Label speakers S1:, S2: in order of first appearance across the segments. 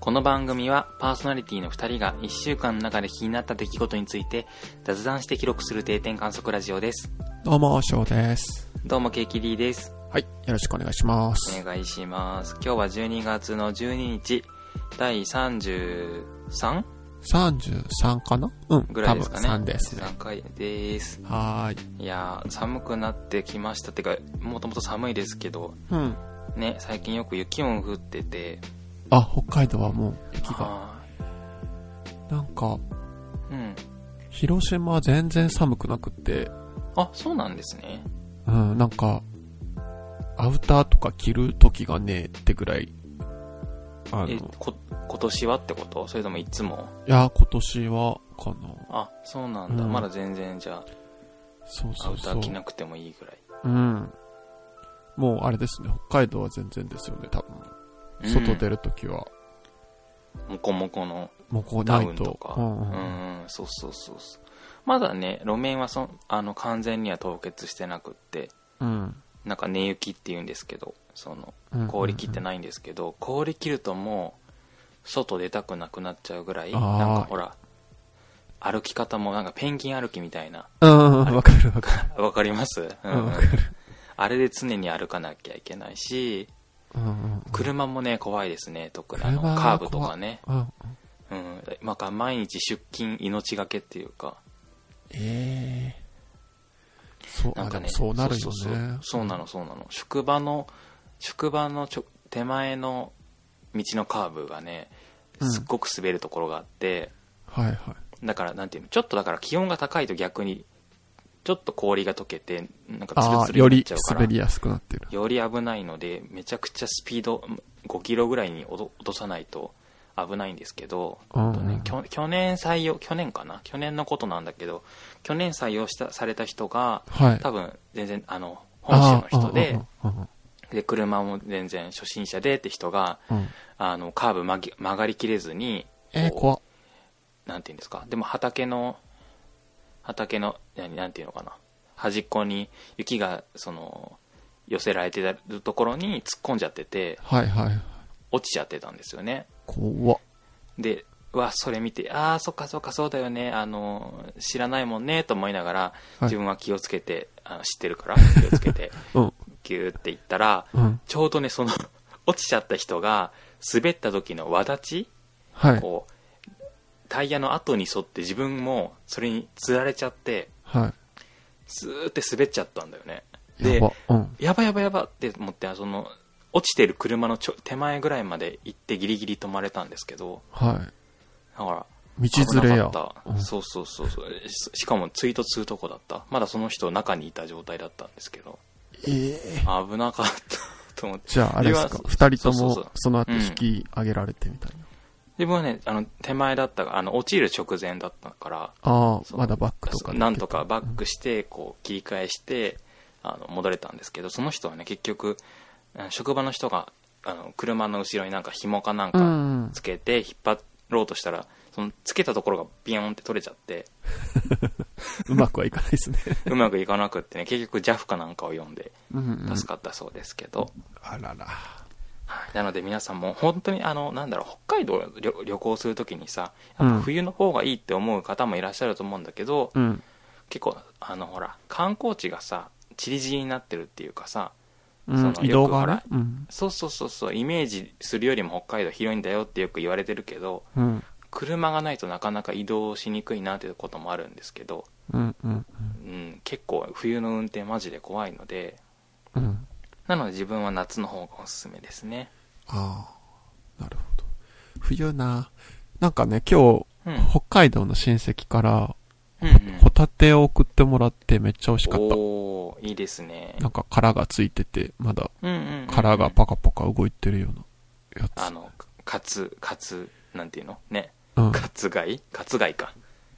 S1: この番組はパーソナリティの2人が1週間の中で気になった出来事について雑談して記録する定点観測ラジオです。
S2: どうも、翔です。
S1: どうもケーキ D です。
S2: はい、よろしくお願いします。
S1: お願いします。今日は12月の12日、第 33?
S2: 33かなうん、
S1: ぐらいですかね。
S2: 多分3ですね。
S1: 3回です。
S2: はーい。
S1: いやー、寒くなってきました。てか、もともと寒いですけど、
S2: うん。
S1: ね、最近よく雪も降ってて、
S2: あ、北海道はもう雪が。
S1: は
S2: なんか、
S1: い。うん。
S2: 広島は全然寒くなくって、
S1: あ、そうなんですね。
S2: うん、なんか、アウターとか着る時がねえってぐらい。あの、
S1: え
S2: い、
S1: こ、今年はってことそれともいつも
S2: や、今年は、かな。
S1: あ、そうなんだ。
S2: うん
S1: まだ全然じゃ
S2: そ
S1: あ、
S2: う
S1: ア
S2: そ
S1: ウ
S2: う
S1: タ
S2: そ
S1: ー
S2: う
S1: 着。なくてもいいぐらい。
S2: うん。もうあれですね、北海道は全然ですよね、多分。
S1: うん
S2: 外出る時は。
S1: もこもこの
S2: もうこう
S1: ダ
S2: な
S1: ウ
S2: い
S1: ンと
S2: と。
S1: か。
S2: うんう
S1: う
S2: ん
S1: ん、そうそうそうそう。まだね、路面はそんあの完全には凍結してなくって、
S2: うん。
S1: なんか寝雪って言うんですけど、その
S2: うん
S1: 氷切ってないんですけど、氷切るともう外出たくなくなっちゃうぐらい、
S2: あ
S1: なん
S2: ー
S1: かほら、歩き方もなんかペンギン歩きみたいな。
S2: うん、わかるわか
S1: わかりますう
S2: る。うん、
S1: ん
S2: わか。る。
S1: あれで常に歩かなきゃいけないし、
S2: うん、うん。
S1: 車もね、怖いですね、特にあの
S2: 車は
S1: カーブとかね。
S2: うん。
S1: うん。なんか毎日出勤命がけっていうか、
S2: ええそう、
S1: なん
S2: あ、
S1: か
S2: で
S1: ね
S2: も、そうなるよ
S1: そうそうそう
S2: ね。
S1: そうなの、そうなの。職場の、職場のちょ手前の道のカーブがね、
S2: うん
S1: すっごく滑るところがあって、
S2: はいはい。
S1: だから、なんていうの、ちょっとだから気温が高いと逆に、ちょっと氷が溶けて、なんかツルツ
S2: ああ、
S1: ル
S2: よ
S1: になっ
S2: り
S1: ちゃうから、
S2: 滑りやすくなってる。
S1: より危ないので、めちゃくちゃスピード、5キロぐらいに落と落とさないと危ないんですけど、
S2: うん
S1: あと
S2: う
S1: ね
S2: ん、
S1: 去去年採用、去年かな去年のことなんだけど、去年採用したされた人が、
S2: はい。
S1: 多分全然、あの、本社の人で、
S2: あー、うんうん
S1: で、車も全然初心者でって人が、
S2: うんうん
S1: あの、カーブ曲げ曲がりきれずに、
S2: えー、
S1: こう
S2: 怖っ
S1: なんていうんですか、でも畑の、畑の、何、なんていうのかな、端っこに雪が、その、寄せられてるところに突っ込んじゃってて、
S2: はいはい。
S1: 落ちちゃってたんですよね。
S2: 怖っ
S1: で、うわ、それ見て、ああ、そっかそっかそうだよね、あの、知らないもんね、と思いながら、
S2: い
S1: 自分は気をつけて、あの知ってるから、気をつけて、
S2: うん。
S1: ギューって行ったら、
S2: うん。
S1: ちょうどね、その、落ちちゃった人が、滑った時の輪立ち、
S2: はい。
S1: こう、タイヤの後に沿って自分もそれに釣られちゃって、
S2: は
S1: スーって滑っちゃったんだよね。
S2: い。
S1: で
S2: や、ば。うん。
S1: やばいやばいやばって思って、その、落ちてる車のちょ手前ぐらいまで行ってギリギリ止まれたんですけど、
S2: は
S1: だから、
S2: い。道連れや
S1: 危なかっ。た
S2: うん
S1: そうそうそうそう。ししかも、ツイートするとこだった。まだその人中にいた状態だったんですけど、
S2: ええ。
S1: 危なかったと思って。
S2: じゃあ、あれです
S1: い
S2: か
S1: や。
S2: 二人と
S1: そうそうそう
S2: も、その後引き上げられてみたいな。
S1: 自分はね、あの、手前だったが、あの、落ちる直前だったから、
S2: あ
S1: そう
S2: あ、まだバックとかできてた。
S1: なんとかバックしてこう切り返してあの戻れたんですけどその人はね結局うん職場の人があの車の後ろになんか紐かなん
S2: うん
S1: か
S2: うん。
S1: つけて引っ張ろうとしたらそのつけたところがビヨーンって取れちゃって
S2: うまくはいかないですね。
S1: うまくいかなくってね結局 JAF かなんかを読んで
S2: うんうん
S1: 助かったそうですけど、
S2: あらら。
S1: はいなので皆さんも本当にあのなんだろう北海道を旅旅行するときにさやっぱ冬の方がいいって思う方もいらっしゃると思うんだけど、
S2: うん。
S1: 結構あのほら観光地がさ散り散りになってるっていうかさ
S2: う
S1: その
S2: ん、移動が
S1: よ
S2: ね
S1: く。
S2: うん。
S1: そうそうそうそうイメージするよりも北海道広いんだよってよく言われてるけど
S2: うん。
S1: 車がないとなかなか移動しにくいなっていうこともあるんですけど、
S2: うん。うん。
S1: うん、結構冬の運転マジで怖いので
S2: うん。
S1: なので自分は夏の方がおすすめですね
S2: ああ。なるほど。冬な。なんかね、今日、
S1: うん
S2: 北海道の親戚から、
S1: うんうん
S2: ホタテを送ってもらってめっちゃ美味しかっ
S1: おーいいですね
S2: た。なんか殻がついてて、まだ
S1: うんうんうんうん
S2: 殻がパカパカ動いてるようなや
S1: あ
S2: つ。
S1: のカツカツなんていうのね
S2: うん。
S1: カツ貝カツ貝か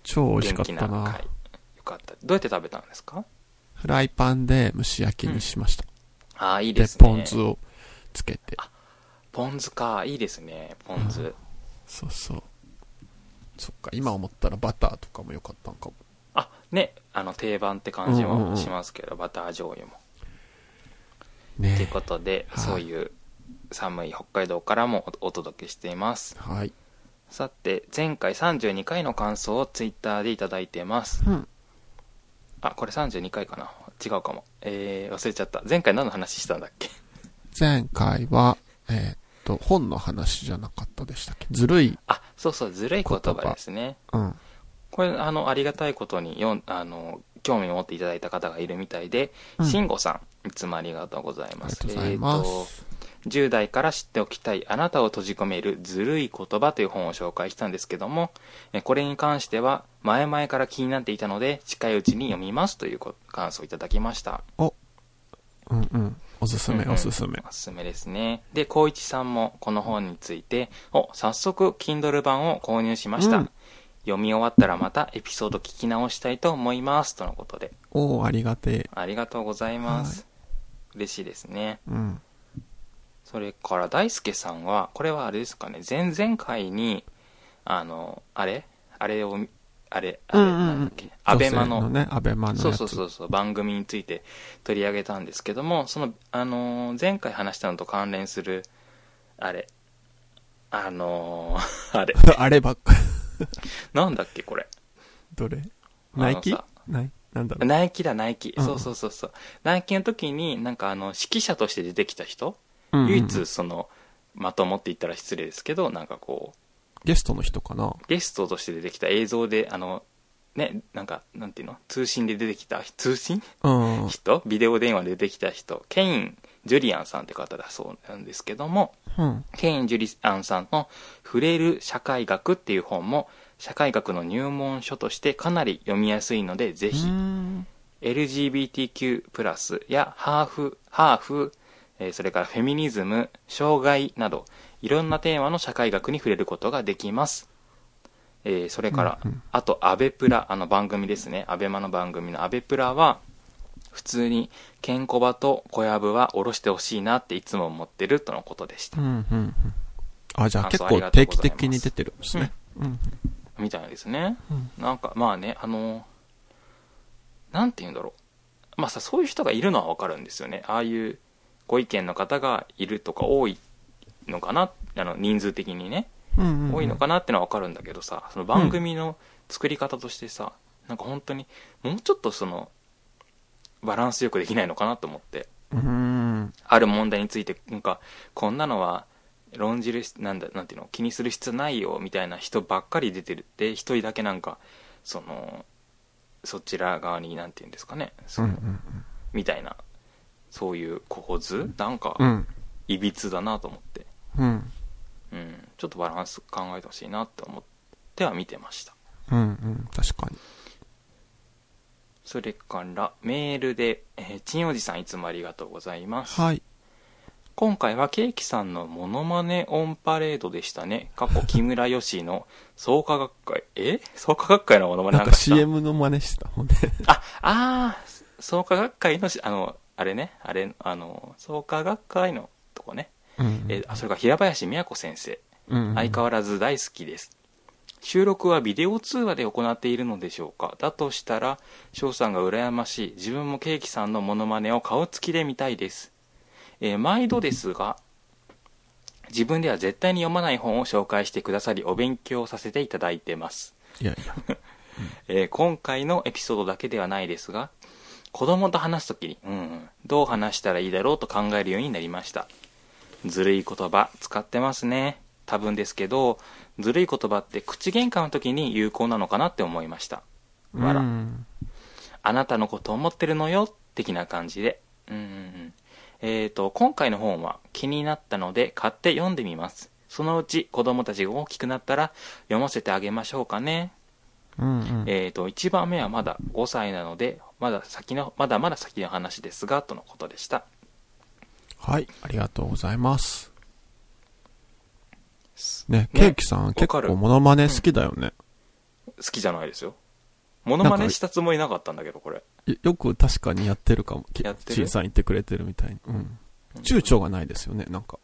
S2: 超美味しか
S1: 元
S2: っ
S1: 気
S2: た
S1: な
S2: な
S1: 回。よかったどうやって食べたんですか
S2: フライパンで蒸し焼きにしました。
S1: ああいいで、
S2: です
S1: ね
S2: ポン酢をつけて。
S1: ポン酢かいいですねポン酢、
S2: うそうそう。そっか、今思ったらバターとかも良かったんかも。
S1: あねあの定番って感じ
S2: うんうんう
S1: も
S2: ん
S1: しますけど、バター醤油もと、
S2: ね
S1: いうことで
S2: はい
S1: そういう寒い北海道からもおお届けしています
S2: はい。
S1: さて前回32回の感想をツイッターでいただいてます
S2: うん。
S1: あこれ32回かな違うかもえー、忘れちゃった前回何の話したんだっけ
S2: 前回は、えーっと、本の話じゃなかったでしたっけずるい。
S1: あそうそうずるい言葉
S2: 言葉
S1: ですね
S2: うん。
S1: これあのありがたいことによんあの興味を持っていただいた方がいるみたいで、
S2: うん
S1: しんごさんいつもありがとうございます
S2: ありがとうございます
S1: えーと10代から知っておきたいあなたを閉じ込めるずるい言葉という本を紹介したんですけどもえこれに関しては前々から気になっていたので近いうちに読みますというご感想をいただきました
S2: お。うんうん。おすすめ、
S1: うんうん
S2: おすすめ。
S1: おすすめですねで光一さんもこの本についてお早速 Kindle 版を購入しました、
S2: うん
S1: 読み終わったらまたエピソード聞き直したいと思いますとのことで
S2: おー、ありがて
S1: ありがとうございます、嬉しいですね
S2: え。うん。
S1: それから大輔さんはこれはあれですかね前々回にあのあれあれをあれあれ
S2: うんうんうん
S1: なんだっけアベマ
S2: 女性
S1: の
S2: ね、アベマのやつ。
S1: そうそうそうそう番組について取り上げたんですけどもその、あのー前回話したのと関連するあれあの ーあれ
S2: あればっか。
S1: なんだっけこれ
S2: どれ
S1: あのさ
S2: ナイキないなんだろう。
S1: ナイキだナイキ、
S2: うん
S1: そうそうそうそうナイキの時になんかあの指揮者として出てきた人、
S2: うんうん
S1: 唯一そのまともって言ったら失礼ですけどなんかこう
S2: ゲストの人かな
S1: ゲストとして出てきた映像であのねなんかなんていうの通信で出てきた通信
S2: うん。うん。
S1: 人ビデオ電話で出てきた人ケイン・ジュリアンさんって方だそうなんですけども
S2: うん。
S1: ケイン・ジュリアンさんの「触れる社会学」っていう本も社会学の入門書としてかなり読みやすいのでぜひ LGBTQ+, やハーフ、ハーフ、えーそれからフェミニズム、障害など、いろんなテーマの社会学に触れることができます。えーそれから、
S2: うんうん
S1: あと、アベプラ、あの番組ですね、アベマの番組のアベプラは、普通に、ケンコバと小籔は下ろしてほしいなっていつも思ってるとのことでした
S2: う。んうんうん。あ、じゃあ
S1: 感想
S2: 結
S1: あり
S2: 構
S1: がとう
S2: 定
S1: ございます
S2: 期的に出てるんですね。うん。
S1: みたいですね。
S2: うん。
S1: なんか、まあね、あの、なんて言うんだろう。まあさ、そういう人がいるのはわかるんですよね。ああいうご意見の方がいるとか多いのかな、あの、人数的にね、
S2: うんうん。
S1: 多いのかなってのはわかるんだけどさ、その番組の作り方としてさ、なんか本当に、もうちょっとその、バランスよくできないのかなと思って。
S2: うん。
S1: ある問題についてなんかこんなのは論じるしなんだなんていうの気にする必要ないよみたいな人ばっかり出てるって一人だけなんかそのそちら側になんていうんですかね
S2: う
S1: そ
S2: んう
S1: の、
S2: ん。
S1: みたいなそういう構図なんか
S2: うん。
S1: いびつだなと思って、
S2: うん。
S1: うん、ちょっとバランス考えてほしいなって思っては見てました
S2: うんうん。確かに。
S1: それからメールで、えー、ちんおじさんいつもありがとうございます
S2: はい。
S1: 今回はケーキさんのモノマネオンパレードでしたね。過去木村よしの創価学会、え創価学会のモノマネな
S2: な
S1: んん
S2: か
S1: かした
S2: CM の真似してたもんね。
S1: あ、あー創価学会のし、あの、あれね、あれ、あの、創価学会のとこね。
S2: うん
S1: え、あそれから平林美也子先生。
S2: うん
S1: 相変わらず大好きです。収録はビデオ通話で行っているのでしょうかだとしたら、翔さんが羨ましい。自分もケーキさんのモノマネを顔つきで見たいです。えー毎度ですが、自分では絶対に読まない本を紹介してくださり、お勉強させていただいてます。
S2: いやいや。
S1: えー今回のエピソードだけではないですが、子供と話すときに、うんうん、どう話したらいいだろうと考えるようになりました。ずるい言葉使ってますね。多分ですけど、ずるい言葉って口喧嘩の時に有効なのかなって思いました。わら
S2: うん。
S1: あなたのこと思ってるのよ、的な感じで。うんうんうん。えっ、と、今回の本は気になったので買って読んでみます。そのうち子供たちが大きくなったら読ませてあげましょうかね。
S2: うんうん。
S1: えー、と1番目はまだ5歳なのでまだ先のまだまだ先の話ですがとのことでした
S2: はい。ありがとうございます。
S1: す
S2: ね、
S1: ね
S2: ケーキさん結
S1: わかる
S2: 構モノマネ好きだよね。
S1: 好きじゃないですよモノマ
S2: なん
S1: ネ
S2: か
S1: したつもりなかったんだけどこれ
S2: よよく確かにやってるかも。ケ
S1: やってる
S2: チンさん言ってくれてるみたいに。うん。躊躇がないですよね、なんか。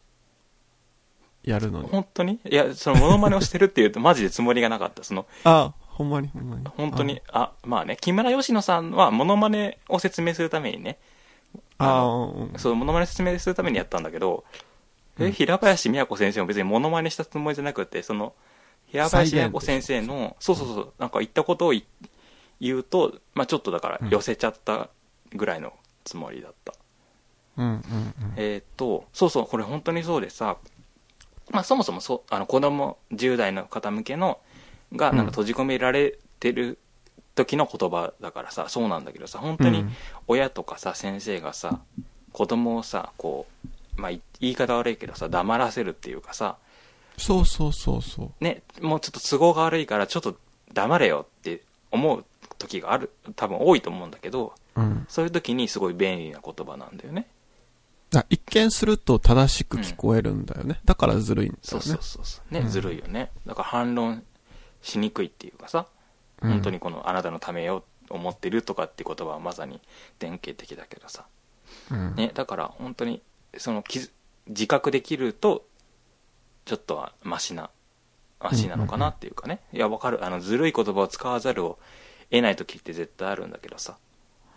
S2: やるのに。
S1: 本当にいやそのモノマネをしてるっていうとマジでつもりがなかったその
S2: ああ、ほんまにほんまに。
S1: 本当にあまあね木村佳乃さんはモノマネを説明するためにね
S2: ああ、うん。
S1: そうモノマネ説明するためにやったんだけど
S2: うん
S1: え平林美和子先生も別にモノマネしたつもりじゃなくてその平林美和子先生のそうそうそうなんか言ったことを言言うと、まあ、ちょっとだから
S2: うん
S1: 寄せちゃったぐらいのつもりだった、
S2: うんうんうん。
S1: えーっとそうそうこれ本当にそうでさ、まあ、そもそもそうあの子供10代の方向けのがなんか閉じ込められてる時の言葉だからさ、そうなんだけどさ本当に親とかさ先生がさ子供をさこう、まあ、い言い方悪いけどさ黙らせるっていうかさ
S2: そうそうそうそう。
S1: ねもうちょっと都合が悪いからちょっと黙れよって思う時がある多分多いと思うんだけど
S2: うん。
S1: そういう時にすごい便利な言葉なんだよね
S2: あ一見すると正しく聞こえるんだよね。だからずるいんだよね。
S1: そうそうそうそうね、
S2: うん
S1: ずるいよねだから反論しにくいっていうかさ
S2: うん
S1: 本当にこの「あなたのためよ」思ってるとかって言葉はまさに典型的だけどさ
S2: うん。
S1: ね、だから本当にその気づ自覚できるとちょっとはマシなマシなのかなっていうかね、いやわかるあのずるい言葉を使わざるを得ない時って絶対あるんだけどさ、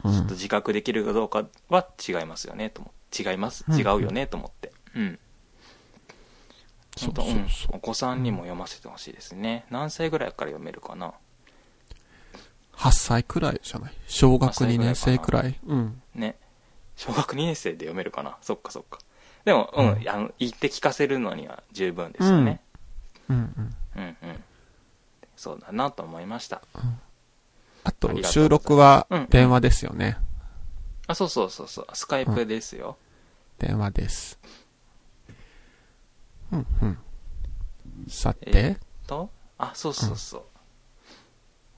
S2: うん
S1: ちょっと自覚できるかどうかは違いますよねと思違います
S2: うんうん
S1: 違うよねと思ってうん
S2: そ
S1: 本
S2: う
S1: 当
S2: そうそ
S1: ん、お子さんにも読ませてほしいですね何歳ぐらいから読めるかな
S2: う。8歳くらいじゃない。小学2年生くらい。うん。
S1: ね小学2年生で読めるかなそっかそっかでもうん、
S2: うん
S1: あの言って聞かせるのには十分ですよね、
S2: うんうんうん。
S1: うんうんそうだなと思いました
S2: あ
S1: ありがと
S2: と、
S1: うございます
S2: 収録は
S1: うん
S2: 電話ですよね。
S1: あそうそうそうそうスカイプですよ、
S2: 電話です。うんうん。さて、
S1: えとあそうそうそう、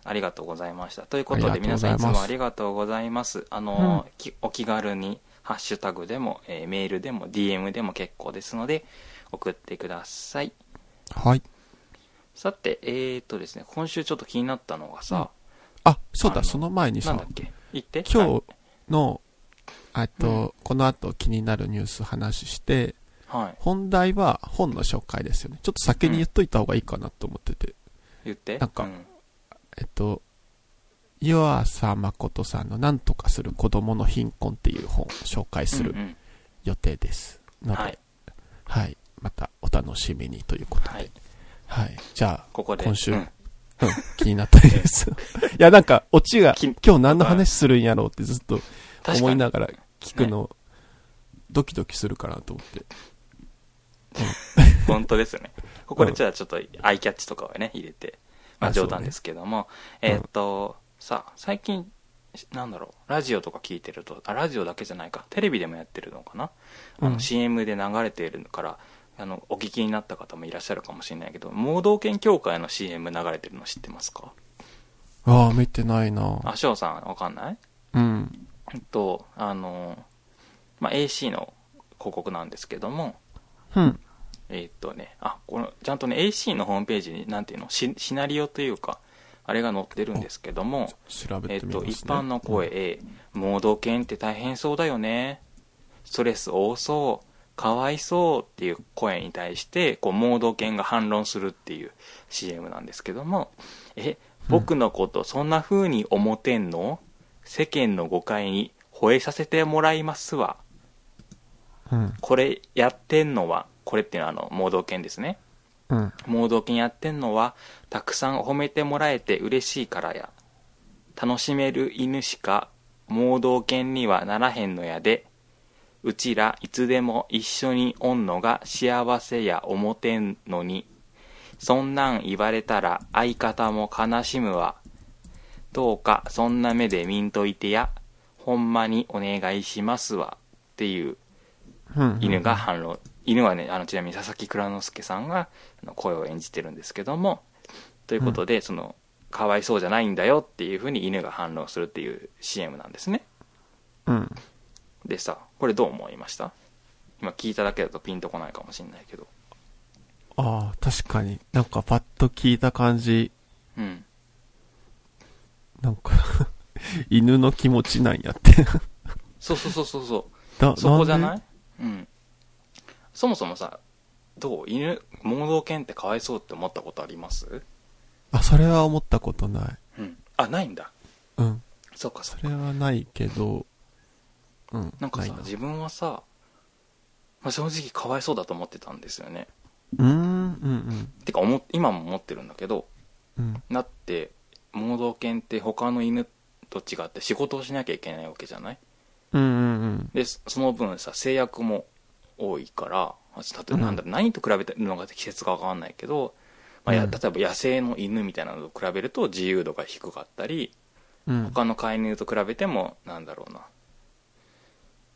S1: ありがとうございましたということ
S2: あ
S1: で
S2: りがとう
S1: 皆さ
S2: ござい
S1: ん
S2: ま
S1: い
S2: す
S1: つもありがとうございますあの、きお気軽にハッシュタグでも、えーメールでも DM でも結構ですので送ってください
S2: はい。
S1: さてえー、とですね今週ちょっと気になったのがさ、
S2: あ、そう
S1: あ
S2: だ、
S1: の
S2: その前に
S1: なん
S2: さ
S1: だっ、け言って
S2: 今
S1: はい
S2: 日の、えっと、この後気になるニュース話して、
S1: はい
S2: 本題は本の紹介ですよね。ちょっと先に言っといた方がいいかなと思ってて。
S1: 言って
S2: なんか
S1: うん
S2: えっと、湯浅誠さんの何とかする子供の貧困っていう本を紹介する
S1: うんうん
S2: 予定です。ので、
S1: は
S2: はいい、、またお楽しみにということで。
S1: は
S2: はい
S1: い。、
S2: じゃあ、
S1: ここで
S2: 今週
S1: うん
S2: うん、気になっ たです。いや、なんか、オチが、
S1: き
S2: 今日何の話するんやろうってずっと思いながら聞くの、ドキドキするかなと思って。
S1: 本当ですよね。ここでじゃあちょっとアイキャッチとかをね、入れて、まあ
S2: あそう
S1: 冗
S2: ね
S1: 談ですけども、
S2: うん
S1: えーっと、さあ、最近、なんだろう、ラジオとか聞いてると、あ、ラジオだけじゃないか、テレビでもやってるのかな、あ
S2: う
S1: の
S2: ん
S1: CM で流れているから、あの、お聞きになった方もいらっしゃるかもしれないけど、盲導犬協会の CM 流れてるの知ってますか
S2: ああ、見てないな
S1: あ、翔さん、わかんない
S2: うん。
S1: えっと、あの、まあ、AC の広告なんですけども、
S2: うん。
S1: えーっとね、あ、この、ちゃんとね、AC のホームページに、なんていうの、シシナリオというか、あれが載ってるんですけども、
S2: 調
S1: え
S2: べ
S1: ー
S2: て
S1: っ
S2: みます
S1: と、
S2: ね。
S1: 一般の声 A、盲導犬って大変そうだよね。ストレス多そう、かわいそうっていう声に対して、こう、盲導犬が反論するっていう CM なんですけども、え、僕のことそんな風に思てんの世間の誤解に吠えさせてもらいますわ。
S2: うん。
S1: これやってんのは、これっていうのはあの、盲導犬ですね。
S2: うん。
S1: 盲導犬やってんのはたくさん褒めてもらえて嬉しいからや楽しめる犬しか盲導犬にはならへんのやでうちらいつでも一緒におんのが幸せや思てんのにそんなん言われたら相方も悲しむわどうかそんな目で見んといてやほんまにお願いしますわっていう
S2: うん。
S1: 犬が反論、犬はねあのちなみに佐々木蔵之介さんがあの声を演じてるんですけどもということで、そのかわいそうじゃないんだよっていうふうに犬が反論するっていう CM なんですね
S2: うん。
S1: でさこれどう思いました今聞いただけだとピンとこないかもしれないけど
S2: ああ、確かに。なんかパッと聞いた感じ、
S1: うん
S2: なんか、 犬の気持ちなんやって。
S1: そうそうそうそうそう
S2: だ
S1: そこじゃない
S2: んで
S1: うんそもそもさどう犬盲導犬ってかわいそうって思ったことあります
S2: あ、それは思ったことない。
S1: うんあないんだ
S2: うん。
S1: そうかそう
S2: それはないけど、うん。
S1: なんか
S2: い
S1: さ自分はさまあ、正直かわいそうだと思ってたんですよね
S2: うん、うん、
S1: てか思っ今も思ってるんだけど
S2: うん。うん。
S1: だって盲導犬って他の犬と違って仕事をしなきゃいけないわけじゃない
S2: うん、うん、
S1: でそその分さ制約も多いからまあ例えばなんだ、何と比べてるのが適切か分かんないけど、まあや
S2: うん
S1: 例えば野生の犬みたいなのと比べると自由度が低かったり
S2: うん。うん。
S1: 他の飼い犬と比べてもなんだろうな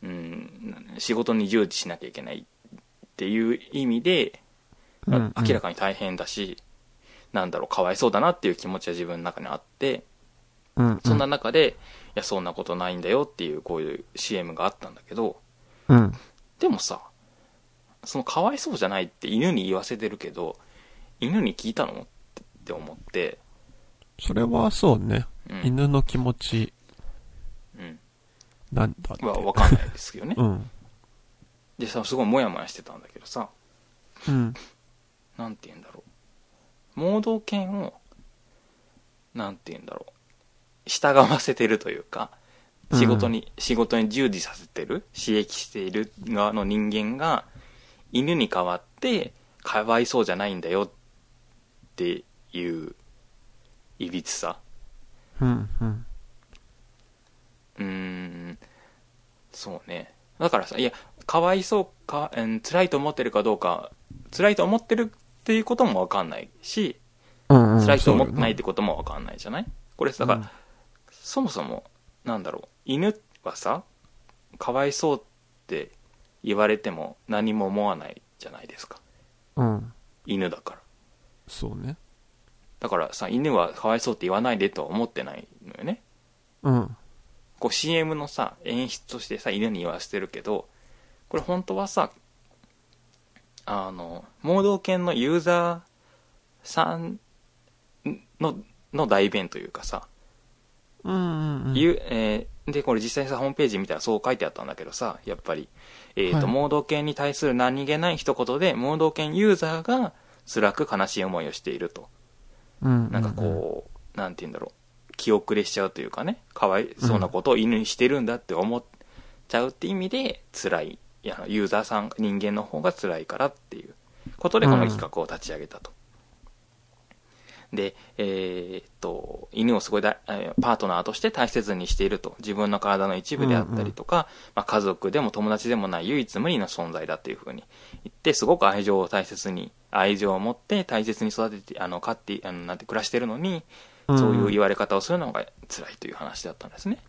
S1: うん仕事に従事しなきゃいけないっていう意味で、まあ
S2: うんうん
S1: 明らかに大変だしなんだろうかわいそうだなっていう気持ちは自分の中にあって
S2: うん。
S1: そんな中で、いやそんなことないんだよっていうこういう CM があったんだけど、
S2: うん。
S1: でもさそのかわいそうじゃないって犬に言わせてるけど犬に聞いたのってって思って、
S2: それはそうね。
S1: うん、
S2: 犬の気持ち
S1: うん
S2: なんだって。
S1: は分かんないですけどね
S2: うん。
S1: でさすごいモヤモヤしてたんだけどさ
S2: うん。
S1: なんて言うんだろう盲導犬をなんて言うんだろう従わせてるというか仕事に、仕事に従事させてる刺激している側の人間が犬に代わってかわいそうじゃないんだよっていういびつさ
S2: うん、うん。
S1: うーんそうねだからさいやかわいそうか、うん、辛いと思ってるかどうか辛いと思ってるっていうこともわかんないし
S2: うん、うん。
S1: 辛いと思ってないってこともわかんないじゃないこれさだから、
S2: うん
S1: そもそもなんだろう犬はさかわいそうって言われても何も思わないじゃないですか
S2: うん。
S1: 犬だから
S2: そうね。
S1: だからさ犬はかわいそうって言わないでとは思ってないのよね
S2: うん。
S1: こう CM のさ演出としてさ犬に言わせてるけどこれ本当はさあの盲導犬のユーザーさんのの代弁というかさ
S2: うん、うん、うん。
S1: いうえーでこれ実際さホームページ見たらそう書いてあったんだけどさやっぱり、えーと
S2: はい
S1: 盲導犬に対する何気ない一言で盲導犬ユーザーが辛く悲しい思いをしていると
S2: うん。
S1: なんかこう、なんて言うんだろう気遅れしちゃうというかねかわいそうなことを犬にしてるんだって思っちゃうって意味で辛いいやユーザーさん人間の方が辛いからっていうことでこの企画を立ち上げたと。で、えーっと、犬をすごいだ、えーパートナーとして大切にしていると。自分の体の一部であったりとか、まあ、家族でも友達でもない唯一無二の存在だっていうふうに言って、すごく愛情を大切に、愛情を持って大切に育てて、あの、飼って、あの、なんて暮らしてるのに、
S2: うん
S1: そういう言われ方をするのが辛いという話だったんですね。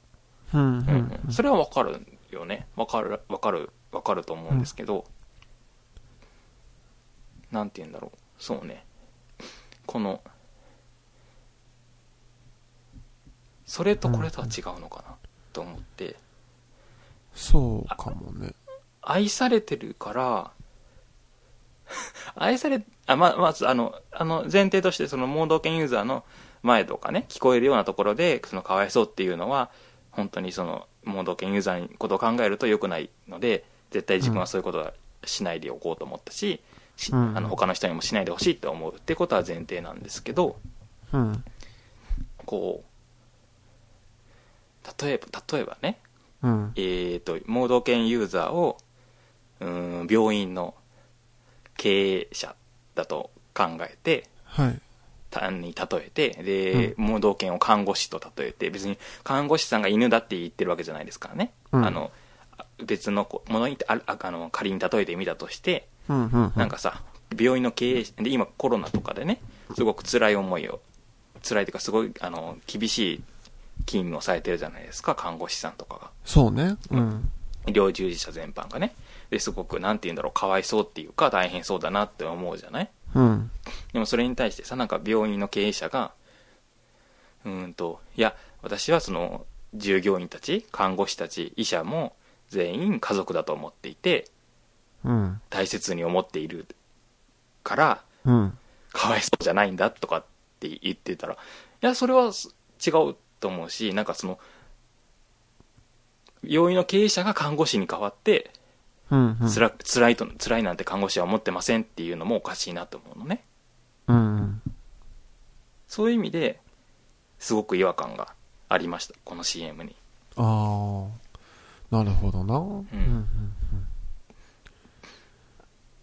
S2: う。うん、
S1: う
S2: う
S1: ん
S2: ん。
S1: うんそれはわかるよね。わかる、わかる、わかると思うんですけど、なんて言うんだろう。そうね。この、それとこれとは違うのかなと思って、
S2: そうかもね。
S1: 愛されてるから、 愛され、あま、まず、あの、あの、前提として、その、盲導犬ユーザーの前とかね、聞こえるようなところで、その、かわいそうっていうのは、本当にその、盲導犬ユーザーのことを考えると良くないので、絶対自分はそういうことはしないでおこうと思ったし、し
S2: うん
S1: あの、他の人にもしないでほしいと思うってことは前提なんですけど、
S2: うん。
S1: こう、例えば、例えばね、
S2: うん。
S1: えー、と盲導犬ユーザーをうーん病院の経営者だと考えて
S2: はい。
S1: 単に例えてで、盲導犬を看護師と例えて別に看護師さんが犬だって言ってるわけじゃないですからね、
S2: うん
S1: あのあ別のこものにあああの仮に例えてみたとして
S2: うん、うん。
S1: なんか、さ病院の経営者で今コロナとかでねすごく辛い思いを辛いというかすごいあの厳しい勤務をされてるじゃないですか看護師さんとかが。
S2: そうね。うん。
S1: 医療従事者全般がねですごくなんて言うんだろうかわいそうっていうか大変そうだなって思うじゃない
S2: うん。
S1: でもそれに対してさなんか病院の経営者がうーんといや私はその従業員たち看護師たち医者も全員家族だと思っていて
S2: うん。
S1: 大切に思っているから
S2: うん。
S1: かわいそうじゃないんだとかって言ってたらいやそれはす違うと思うしなんかその病院の経営者が看護師に代わって
S2: うん。うん。
S1: つら辛いと辛いなんて看護師は思ってませんっていうのもおかしいなと思うのね
S2: うん。
S1: そういう意味ですごく違和感がありましたこの CM に
S2: ああ。なるほどな。うん。うん。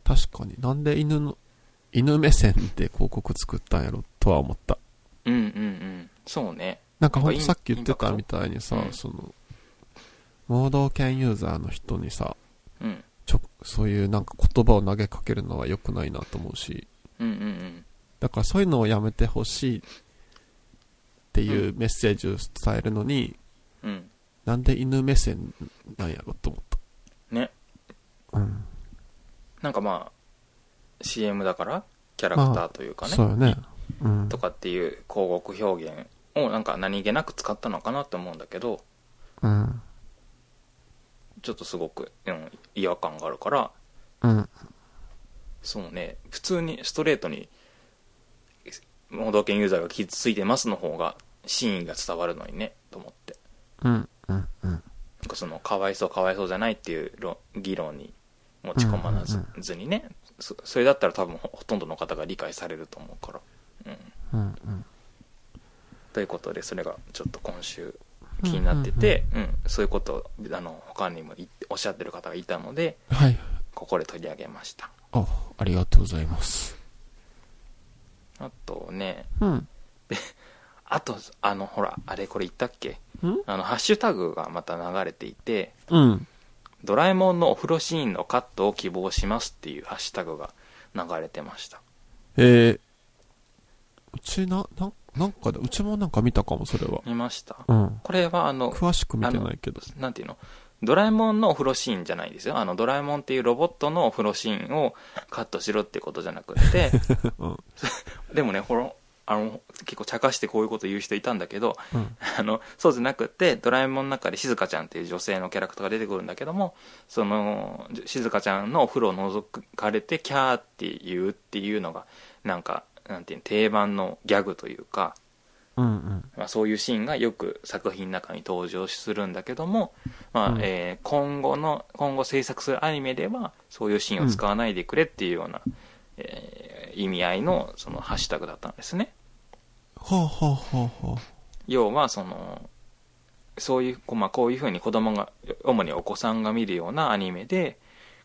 S2: 確かになんで犬の、犬目線で広告作ったんやろとは思った。
S1: うんうんうんそうね
S2: なんかほん
S1: なんかイ
S2: と
S1: ン
S2: さっき言ってたみたいにさ
S1: インパ、クト
S2: その、盲導犬ユーザーの人にさ、
S1: うん
S2: ちょ、そういうなんか言葉を投げかけるのは良くないなと思うし、
S1: うんうんうん
S2: だからそういうのをやめてほしいっていうメッセージを伝えるのに、
S1: うん
S2: なんで犬目線なんやろと思っ
S1: ね
S2: た。うん。
S1: なんかまあ CM だからキャラクターというかね、
S2: そうよね。うん。
S1: とかっていう広告表現をなんか何気なく使ったのかなと思うんだけど
S2: うん。
S1: ちょっとすごく、うん、違和感があるから
S2: うん。
S1: そうね普通にストレートに「盲導犬ユーザーが傷ついてます」の方が真意が伝わるのにねと思って
S2: うん。うん。うん。
S1: なんかそのかわいそうかわいそうじゃないっていう論議論に持ち込まなず,、
S2: うんうん
S1: ずにねそそれだったら多分ほほとんどの方が理解されると思うから、うん、
S2: うん。うん。
S1: ということでそれがちょっと今週気になってて、うんそういうことをあの他にも言っておっしゃってる方がいたので
S2: はい。
S1: ここで取り上げました
S2: あ、ありがとうございます。
S1: あとね
S2: うん。
S1: あとあのほらあれこれ言ったっけ
S2: うん
S1: あのハッシュタグがまた流れていて
S2: うん。
S1: 「ドラえもんのお風呂シーンのカットを希望します」っていうハッシュタグが流れてました
S2: えー、うちな、な、なんかで、うちもなんか見たかも、それは。
S1: 見ました
S2: うん。
S1: これはあの
S2: 詳しく見てないけど。
S1: なんていうのドラえもんのお風呂シーンじゃないですよあのドラえもんっていうロボットのお風呂シーンをカットしろってことじゃなくって
S2: うん。
S1: でもねほらあの結構茶化してこういうこと言う人いたんだけど
S2: うん。
S1: あのそうじゃなくってドラえもんの中で静香ちゃんっていう女性のキャラクターが出てくるんだけどもその静香ちゃんのお風呂を覗かれてキャーって言うっていうのがなんかなんていうの定番のギャグというか、
S2: うん。うん。
S1: まあ、そういうシーンがよく作品の中に登場するんだけども、まあ
S2: うん
S1: えー今後の今後制作するアニメではそういうシーンを使わないでくれっていうような、えー意味合いのそのハッシュタグだったんですね。
S2: はあ、はあ、はあ、は
S1: 要はそのそういう、こうまあ、こういうふうに子供が主にお子さんが見るようなアニメで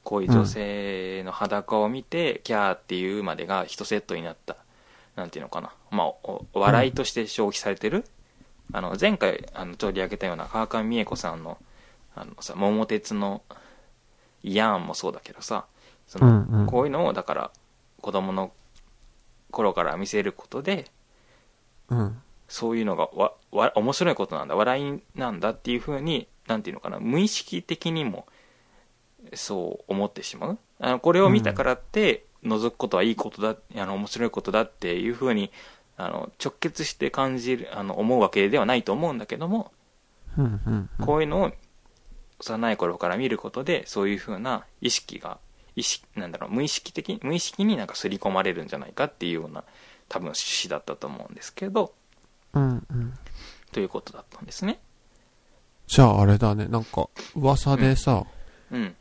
S1: こういう女性の裸を見て、キャーっていうまでが一セットになったなんていうのかな、まあ、おお笑いとして消費されてる、あの前回あの取り上げたような川上美恵子さんのあのさ桃鉄のイヤーンもそうだけどさその、
S2: うんうん
S1: こういうのをだから子供の頃から見せることで
S2: あ。うん。
S1: そういうのがわわ面白いことなんだ笑いなんだっていうふうになんていうのかな無意識的にもそう思ってしまうあのこれを見たからって覗くことはいいことだあの面白いことだっていうふうにあの直結して感じるあの思うわけではないと思うんだけども
S2: うん。うん。うん
S1: こういうのを幼い頃から見ることでそういうふうな意識が意識なんだろう無意識的に無意識になんか刷り込まれるんじゃないかっていうような多分趣旨だったと思うんですけど
S2: うん。うん。
S1: ということだったんですね。
S2: じゃあ、あれだね。なんか、噂でさ、
S1: うん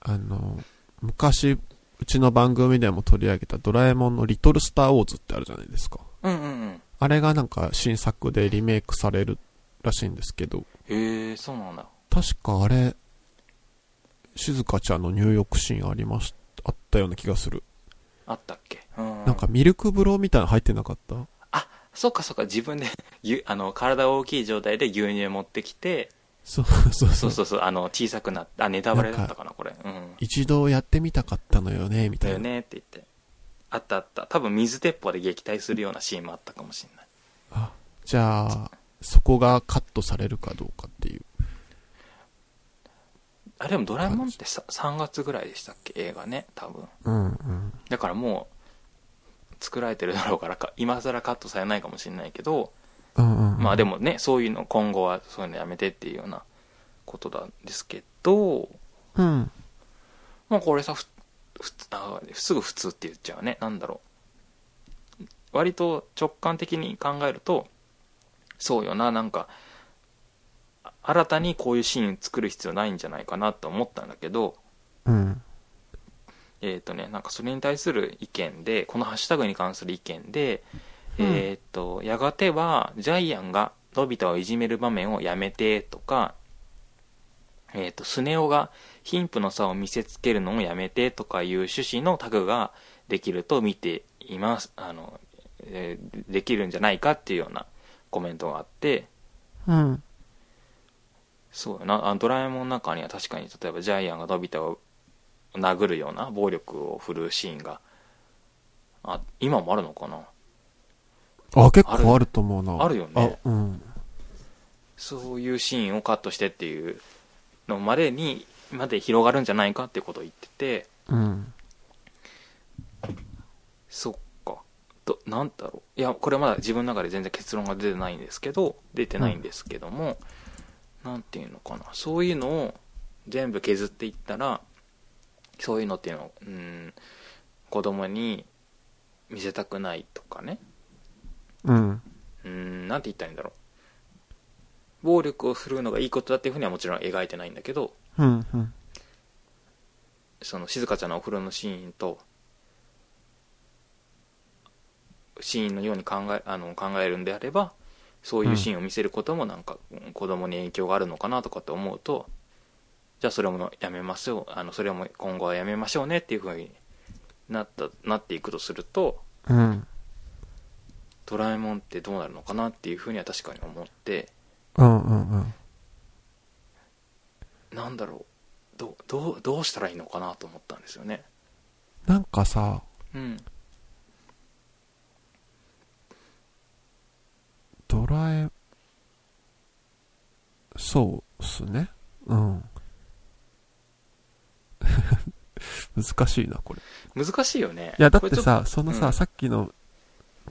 S2: あの、昔、うちの番組でも取り上げたドラえもんのリトルスターウォーズってあるじゃないですか。
S1: うんうんうん
S2: あれがなんか新作でリメイクされるらしいんですけど、
S1: へえそうなんだ
S2: 確かあれ、静香ちゃんの入浴シーンありました、あったような気がする。
S1: あったっけうん
S2: なんかミルク風呂みたいなの入ってなかった
S1: あそっかそっか自分で ゆあの体大きい状態で牛乳持ってきて
S2: そうそう
S1: そ
S2: そうう。
S1: そうそうあの小さくなってあネタバレだったかなこれうん
S2: 一度やってみたかったのよね、みた
S1: だ
S2: い
S1: よ
S2: な。
S1: ねって言ってあったあった多分水鉄砲で撃退するようなシーンもあったかもしれない
S2: あじゃあ、そこがカットされるかどうかっていう。
S1: あでもドラえもんってさ3月ぐらいでしたっけ映画ね多分
S2: うんうん。
S1: だからもう作られてるだろうからか今更カットされないかもしれないけど
S2: うんうんうん、
S1: まあでもねそういうの今後はそういうのやめてっていうようなことなんですけど
S2: うん。
S1: まあこれさふふあすぐ普通って言っちゃうねなんだろう割と直感的に考えるとそうよななんかあ新たにこういうシーン作る必要ないんじゃないかなと思ったんだけど
S2: うん。
S1: えっ、とねなんかそれに対する意見でこのハッシュタグに関する意見で、
S2: うん
S1: えっ、とやがてはジャイアンがのび太をいじめる場面をやめてとかえっ、と、スネ夫が貧富の差を見せつけるのをやめてとかいう趣旨のタグができると見ています。あの、えーできるんじゃないかっていうようなコメントがあって、
S2: うん。
S1: そうやな、あのドラえもんの中には確かに、例えばジャイアンがのび太を殴るような暴力を振るうシーンが、あ、今もあるのかな
S2: あ、結構あると思うな。
S1: あるよね
S2: あ、うん。
S1: そういうシーンをカットしてっていうのまでに、まで広がるんじゃないかってことを言ってて、
S2: うん。
S1: そっか。ど、なんだろう。いや、これまだ自分の中で全然結論が出てないんですけど、出てないんですけども、なんていうのかな。そういうのを全部削っていったら、そういうのっていうのを、うん、子供に見せたくないとかね。
S2: うん。
S1: うん、なんて言ったらいいんだろう。暴力を振るうのがいいことだっていうふうにはもちろん描いてないんだけど、
S2: うん。うん。
S1: その静香ちゃんのお風呂のシーンとシーンのように考えあの考えるんであればそういうシーンを見せることもなんかうん子供に影響があるのかなとかって思うとじゃあそれもやめましょうあのそれも今後はやめましょうねっていうふうになったなっていくとすると
S2: うん。
S1: ドラえもんってどうなるのかなっていうふうには確かに思って
S2: うん。うん。
S1: なんだろうどうどうどうしたらいいのかなと思ったんですよね。
S2: なんかさ、
S1: うん、
S2: ドラえ、そうっすね。うん。 難しいな、これ。
S1: 難しいよね。
S2: いや、だっ
S1: これ
S2: て
S1: ちょ
S2: さ、そのさ、
S1: うん
S2: さっきの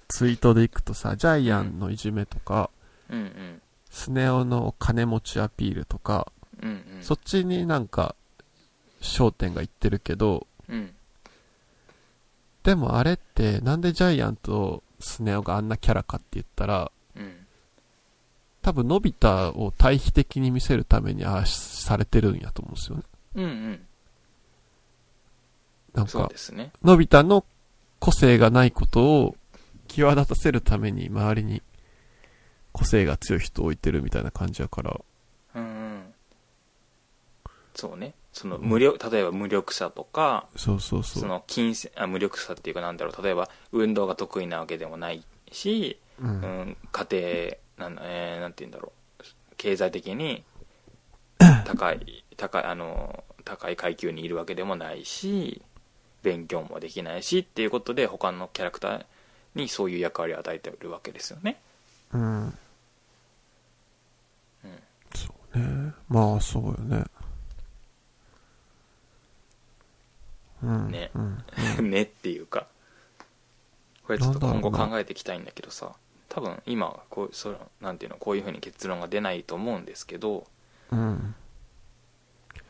S2: ツイートでいくとさ、ジャイアンのいじめとか、
S1: うんうん
S2: スネ夫の金持ちアピールとか、
S1: うんうん
S2: そっちになんか、焦点がいってるけど、
S1: うん
S2: でもあれって、なんでジャイアンとスネ夫があんなキャラかって言ったら、
S1: うん
S2: 多分、のび太を対比的に見せるためにああしされてるんやと思うんですよね。
S1: うんうん
S2: なん
S1: そう
S2: か
S1: で、すね
S2: のび太の個性がないことを際立たせるために周りに個性が強い人を置いてるみたいな感じやから。
S1: うんうんそうねその無力例えば無力さとか
S2: そうそうそう。
S1: その金銭あ無力さっていうかなんだろう例えば運動が得意なわけでもないし、う
S2: う。
S1: んん、家庭なん,、えーなんて言うんだろう経済的 に高い高いあの高い階級にいるわけでもないし勉強もできないしっていうことで他のキャラクターにそういう役割を与えてるわけですよね。
S2: うん。そうね。まあ、そうよね。うん。
S1: ね
S2: う ん。
S1: ねっていうかこれちょっと今後考えていきたいんだけどさ多分今こうそうなんていうのこういうふうに結論が出ないと思うんですけど
S2: うん。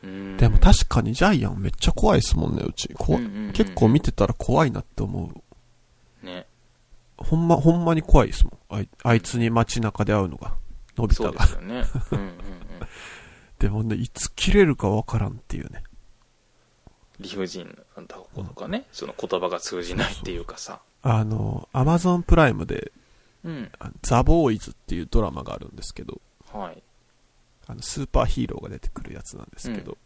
S1: うーん
S2: でも確かにジャイアンめっちゃ怖いですもんね、うち。怖い
S1: うんうんうん
S2: 結構見てたら怖いなって思う。
S1: ね
S2: ほんま、ほんまに怖いですもん。あいあいつに街中で会うのが。のび
S1: そ
S2: 太
S1: うで
S2: が。
S1: すよねうんうんうん
S2: でもね、いつ切れるかわからんっていうね。
S1: 理不尽なんだことかねその言葉が通じないっていうかさ
S2: あの、アマゾンプライムで、
S1: うん
S2: あザ・ボーイズっていうドラマがあるんですけど、
S1: はい
S2: あの、スーパーヒーローが出てくるやつなんですけど、
S1: う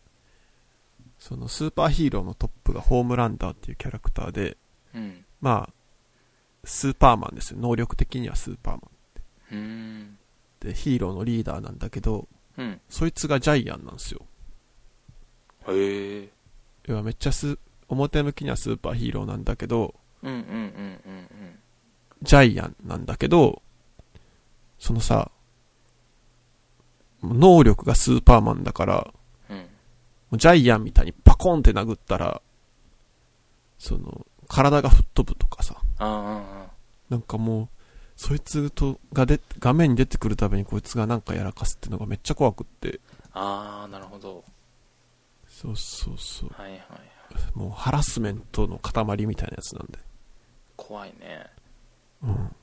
S2: そのスーパーヒーローのトップがホームランダーっていうキャラクターで、
S1: うん
S2: まあ、スーパーマンですよ。能力的にはスーパーマ
S1: うーん
S2: ン。で、ヒーローのリーダーなんだけど、
S1: うん
S2: そいつがジャイアンなんですよ。
S1: へえ
S2: 要はめっちゃスー、表向きにはスーパーヒーローなんだけど、
S1: うんうんうんうん
S2: ジャイアンなんだけど、そのさ、能力がスーパーマンだから、
S1: うんうん
S2: もうジャイアンみたいにパコンって殴ったら、その、体が吹っ飛ぶとかさ、
S1: あああ
S2: なんかもう、そいつと、がで、画面に出てくるたびにこいつがなんかやらかすってのがめっちゃ怖くって、
S1: あああなるほど
S2: そうそうそう、
S1: はいはいはい
S2: もうハラスメントの塊みたいなやつなんで、
S1: 怖いね
S2: うん。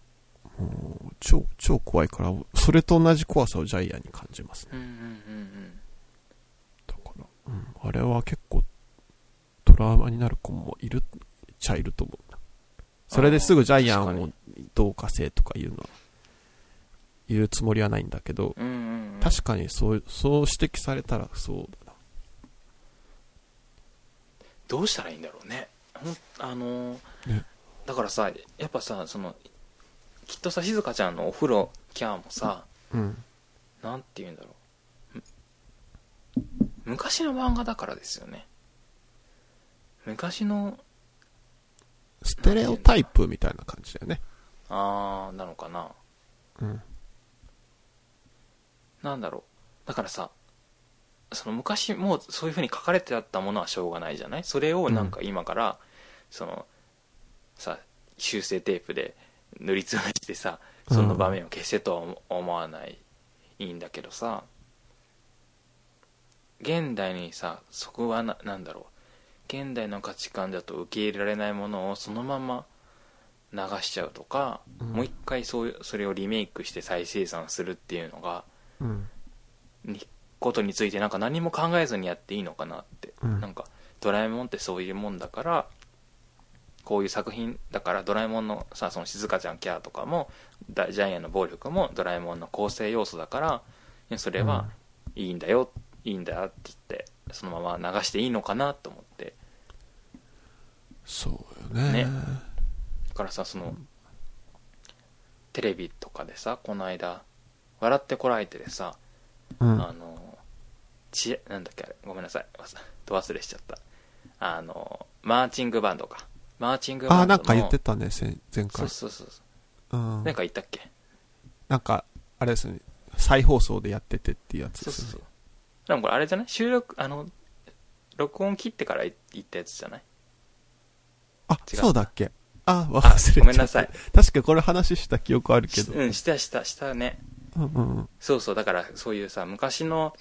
S2: もう、超、超怖いから、それと同じ怖さをジャイアンに感じますね。
S1: うんうんうんうん
S2: だから、うん、あれは結構、トラウマになる子もいる、ちゃいると思うな。それですぐジャイアンをどうかせとか言うのは、言うつもりはないんだけど、
S1: うんうんうん
S2: 確かにそう、そう指摘されたらそうだな。
S1: どうしたらいいんだろうねほんあのー
S2: ね
S1: だからさやっぱさそのきっとさ静香ちゃんのお風呂キャーもさ
S2: うん。
S1: なんて言うんだろうん昔の漫画だからですよね昔の
S2: ステレオタイプみたいな感じだよね。
S1: ああなのかな
S2: うん。
S1: なんだろうだからさその昔もうそういう風に書かれてあったものはしょうがないじゃないそれをなんか今から、そのさ修正テープで塗りつぶしてさその場面を消せとは思思わない、いいんだけどさ現代にさそこはななんだろう現代の価値観だと受け入れられないものをそのまま流しちゃうとか、
S2: うん
S1: もう一回そういうそれをリメイクして再生産するっていうのが
S2: うん。
S1: にことについてなんか何も考えずにやっていいのかなって、
S2: うん
S1: なんか「ドラえもん」ってそういうもんだからこういう作品だから「ドラえもんの」さその静香ちゃんキャーとかもだジャイアンの暴力も「ドラえもん」の構成要素だからいやそれはいいんだよ、いいんだって言ってそのまま流していいのかなと思って
S2: そうよ
S1: ね
S2: ね。
S1: だからさそのテレビとかでさこの間「笑ってこらえて」でさ
S2: うん。
S1: あの、ち、なんだっけあれ、ごめんなさい。忘ど忘れしちゃった。あの、マーチングバンドか。マーチング
S2: あ
S1: バ
S2: ー、
S1: ンドの。
S2: なんか言ってたね、先前
S1: そ
S2: 回
S1: う。そうそうそう
S2: うん。
S1: なんか言ったっけ、
S2: なんか、あれですね、再放送でやっててっていうやつ
S1: そ
S2: で
S1: うそう
S2: す
S1: そう
S2: ね。。
S1: でもこれあれじゃない収録、あの、録音切ってから言ったやつじゃない
S2: あ、
S1: 違う
S2: そうだっけあ、忘
S1: あ
S2: れてた。
S1: ごめんなさい。
S2: 確かこれ話した記憶あるけ
S1: し
S2: ど。
S1: うん、したした、したね。
S2: うんうんうん。
S1: そうそう、だからそういうさ、昔の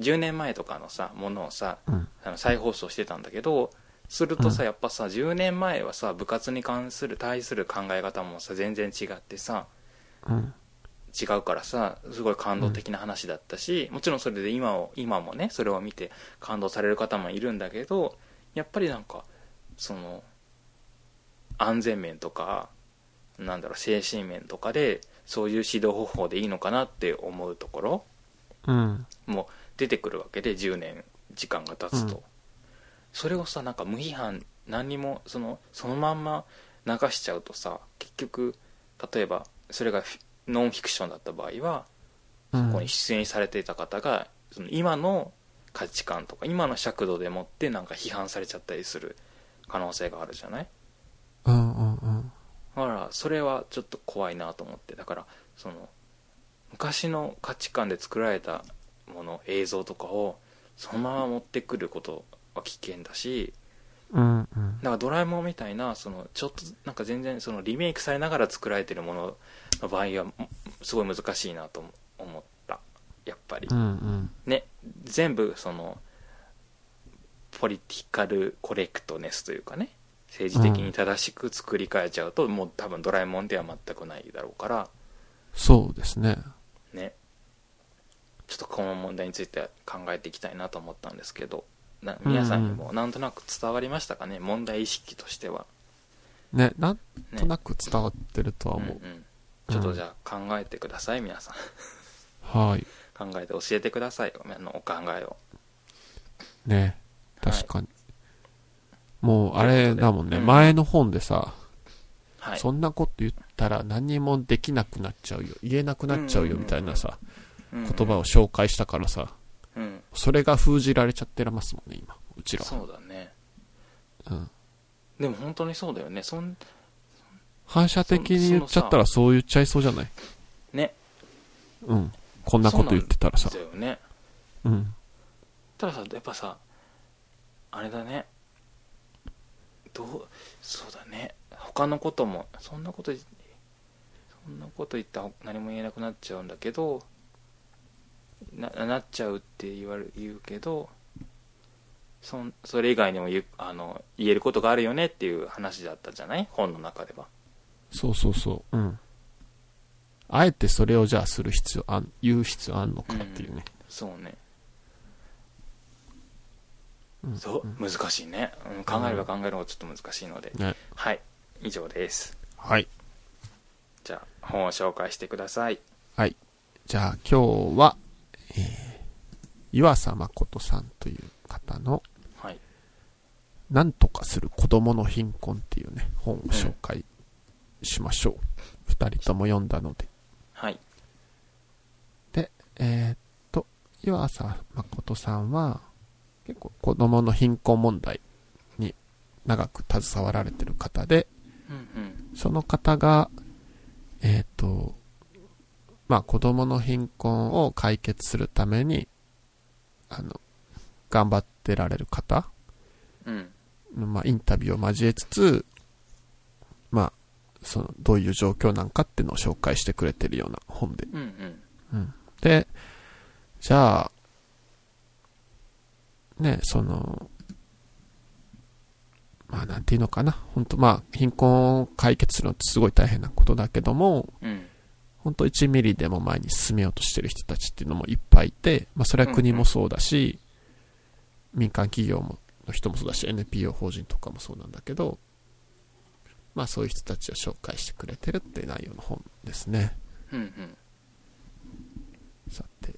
S1: 10年前とかのさ、ものをさ、
S2: うん。
S1: あの再放送してたんだけどするとさ、
S2: うん
S1: やっぱさ10年前はさ部活に関する対する考え方もさ全然違ってさ
S2: うん。
S1: 違うからさすごい感動的な話だったし、もちろんそれで今を今もねそれを見て感動される方もいるんだけどやっぱりなんかその安全面とかなんだろう精神面とかでそういう指導方法でいいのかなって思うところ
S2: うん。
S1: も出てくるわけで10年時間が経つと、
S2: うん
S1: それをさなんか無批判何にもそのそのまんま流しちゃうとさ結局例えばそれがフィノンフィクションだった場合は、
S2: うん
S1: ここに出演されていた方がその今の価値観とか今の尺度でもってなんか批判されちゃったりする可能性があるじゃない
S2: うんうんうん。
S1: だからそれはちょっと怖いなと思ってだからその昔の価値観で作られたもの映像とかをそのまま持ってくることは危険だし
S2: うんうん
S1: だ。からドラえもんみたいなそのちょっとなんか全然そのリメイクされながら作られてるものの場合はもすごい難しいなと思思ったやっぱり
S2: うんうん。
S1: ね全部そのポリティカルコレクトネスというかね政治的に正しく作り変えちゃうと、もう多分ドラえもんでは全くないだろうから
S2: そうですね。
S1: ねちょっとこの問題について考えていきたいなと思ったんですけどな皆さんにもなんとなく伝わりましたかね、問題意識としては、
S2: ね、なん
S1: ね
S2: となく伝わってるとは
S1: うんう
S2: 思う。
S1: ん、ちょっとじゃあ考えてください皆さん
S2: はい。
S1: 考えて教えてくださいあのお考えを
S2: ね。確かに。もう、あれだもんね。
S1: うん
S2: 前の本でさ、
S1: はい
S2: そんなこと言ったら何もできなくなっちゃうよ。言えなくなっちゃうよ、みたいなさ、
S1: 言
S2: 言葉を、紹介したからさ、
S1: うんうん、
S2: それが封じられちゃってますもんね、今。うちらは。
S1: そうだね
S2: うん。
S1: でも本当にそうだよねそん
S2: 反射的に言っちゃったらそう言っちゃいそうじゃない
S1: ね
S2: うん。こんなこと言ってたらさ
S1: だ。よね
S2: うん。
S1: たださやっぱさあれだねどうそうだね他のこともそんなことそんなこと言ったら何も言えなくなっちゃうんだけどななっちゃうって言われ言うけどそんそれ以外にも言うあの言えることがあるよねっていう話だったじゃない本の中では
S2: そうそうそう。うん。あえてそれをじゃあする必要あん、言う必要あんのかっていうね。
S1: そうね
S2: うん
S1: そう難しいね、うん、考えれば考えるほどちょっと難しいので、
S2: ね。
S1: はい以上です
S2: はい。
S1: じゃあ本を紹介してください
S2: はい。じゃあ今日は、岩佐誠さんという方の、
S1: はい。
S2: なんとかする子供の貧困っていうね、本を紹介しましょう。二人とも読んだので。
S1: はい。
S2: で、えーっと、岩浅誠さんは、結構子供の貧困問題に長く携わられてる方で、
S1: うんうん。
S2: その方が、えーっと、まあ子供の貧困を解決するために、あの、頑張ってられる方
S1: うん。
S2: の、まあインタビューを交えつつ、まあ、その、どういう状況なんかっていうのを紹介してくれてるような本で
S1: うんうん。
S2: うん。で、じゃあ、ね、その、まあなんていうのかな。本当まあ貧困を解決するのってすごい大変なことだけども、
S1: うん。
S2: 本当1ミリでも前に進めようとしてる人たちっていうのもいっぱいいて、まあそれは国もそうだし、民間企業もの人もそうだし、NPO 法人とかもそうなんだけど、まあそういう人たちを紹介してくれてるっていう内容の本ですね。
S1: うんうん。
S2: さて。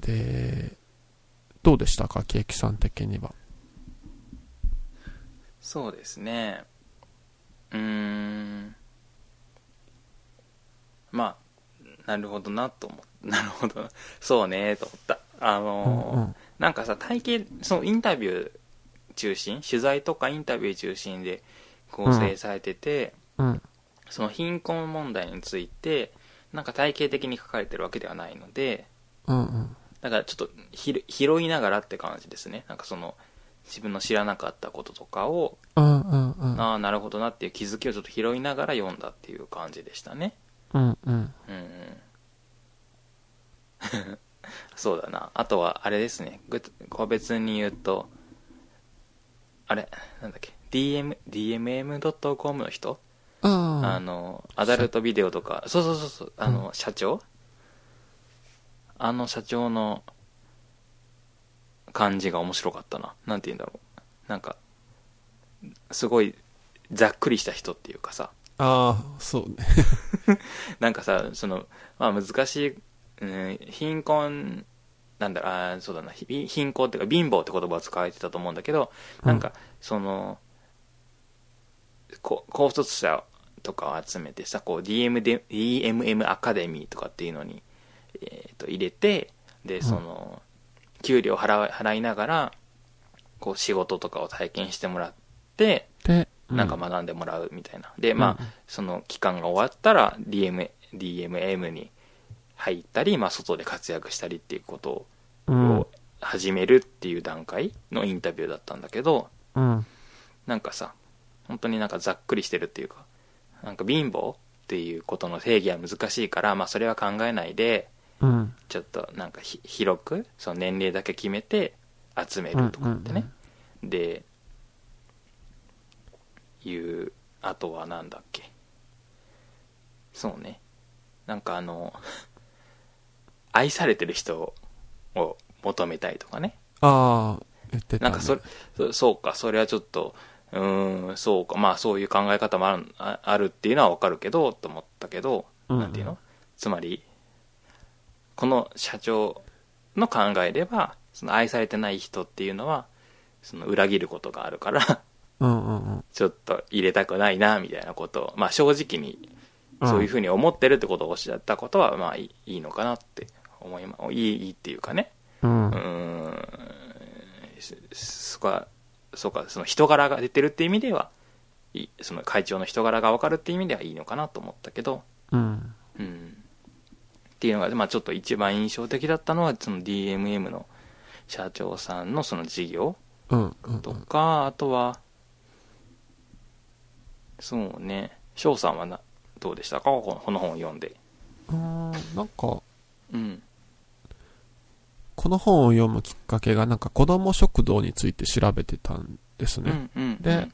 S2: で、どうでしたか、ケーキさん的には。
S1: そうですね。うーん。まあ、なるほどなと思った。 なるほどな。そうね、と思った。あのー
S2: うんうん
S1: なんかさ、体験、そのインタビュー中心、取材とかインタビュー中心で構成されてて、
S2: うん。
S1: その貧困問題について、なんか体系的に書かれてるわけではないので、
S2: うんうん。
S1: だからちょっとひる拾いながらって感じですね。なんかその、自分の知らなかったこととかを、
S2: うんうんうん。
S1: ああ、なるほどなっていう気づきをちょっと拾いながら読んだっていう感じでしたね。
S2: うんうん。
S1: うんうん そうだなあとはあれですねぐ個別に言うとあれなんだっけ DM DMM.com の人、あ
S2: ああ。
S1: のアダルトビデオとかそうそうそうそうあの、社長あの社長の感じが面白かったななんて言うんだろうなんかすごいざっくりした人っていうかさ、
S2: ああ、そうね。
S1: なんかさその、まあ、難しい、うん、貧困なんだろうあーそうだなひ貧困っていうか貧乏って言葉を使われてたと思うんだけどなんかその、こ高卒者とかを集めてさこう DM で DMM アカデミーとかっていうのに、えー、と入れてでその、給料払わ払いながらこう仕事とかを体験してもらって
S2: で、
S1: なんか
S2: ま
S1: 学んでもらうみたいな。で、まあ
S2: うん、
S1: その期間が終わったら DM、DMM に入ったり、まあ、外で活躍したりっていうこと
S2: うん
S1: を。始めるっていう段階のインタビューだったんだけど、
S2: うん。
S1: なんかさ、本当になんかざっくりしてるっていうか、なんか貧乏っていうことの定義は難しいから、まあ、それは考えないで、
S2: うん。
S1: ちょっとなんかひ広く、その年齢だけ決めて集めるとかってね。でいうあとはなんだっけそうねなんかあの 愛されてる人を求めたいとかね
S2: ああ、言ってた、
S1: な
S2: ね。
S1: んかそれそそうかそれはちょっとうーんそうかまあそういう考え方もあるああるっていうのはわかるけどと思ったけど、
S2: うん
S1: なんていうのつまりこの社長の考えればその愛されてない人っていうのはその裏切ることがあるから
S2: うんうんうん。
S1: ちょっと入れたくないなみたいなことを、まあ、正直にそういうふ
S2: う
S1: うに思ってるってことをおっしゃったことは、まあいいいいのかなって思いまいいいいっていうかね
S2: に。うん
S1: う。ーんそそこはそうかその人柄が出てるって意味ではいいその会長の人柄が分かるって意味ではいいのかなと思ったけど、
S2: うん。
S1: うん、っていうのが、まあ、ちょっと一番印象的だったのはその DMM の社長さんのその事業
S2: うん。うん。
S1: とか、あとは、そうね、翔さんはなどうでしたかこのこの本を読んで。
S2: うん。なんか、
S1: うん。
S2: この本を読むきっかけが、なんか子供食堂について調べてたんです
S1: う
S2: ね。
S1: んうん。
S2: で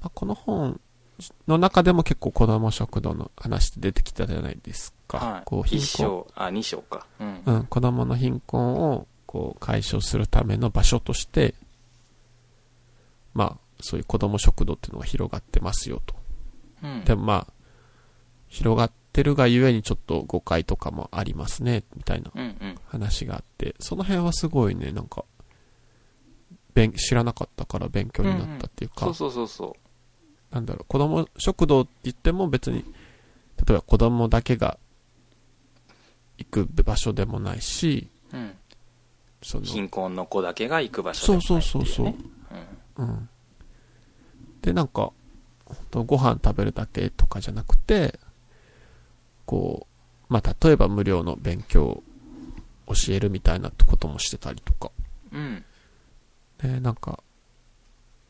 S2: まあ、この本の中でも結構子ども食堂の話って出てきたじゃないですか。
S1: は
S2: こう
S1: い、
S2: 貧
S1: 一
S2: 困、
S1: 章、あ、二章か。うん。
S2: うん、子どもの貧困をこう解消するための場所として、まあ、そういう子ども食堂っていうのが広がってますよと。
S1: うん。
S2: でもまあ、広がっってるがゆえにちょっと誤解とかもありますね、みたいな
S1: うんうん
S2: 話があって、その辺はすごいね、なんか、勉知らなかったから勉強になったっていうか、
S1: そうそうそうそ
S2: なんだろう、子供食堂って言っても別に、例えば子供だけが行く場所でもないし、
S1: う、うん、
S2: その、
S1: 貧困の子だけが行く場所で
S2: そ
S1: もな
S2: う
S1: いってい
S2: そうそうそうう
S1: ね、
S2: うん。で、なんか、ほんとご飯食べるだけとかじゃなくて、こう、まあ、例えば無料の勉強を教えるみたいなこともしてたりとか、
S1: うん、うん
S2: ね、なんか、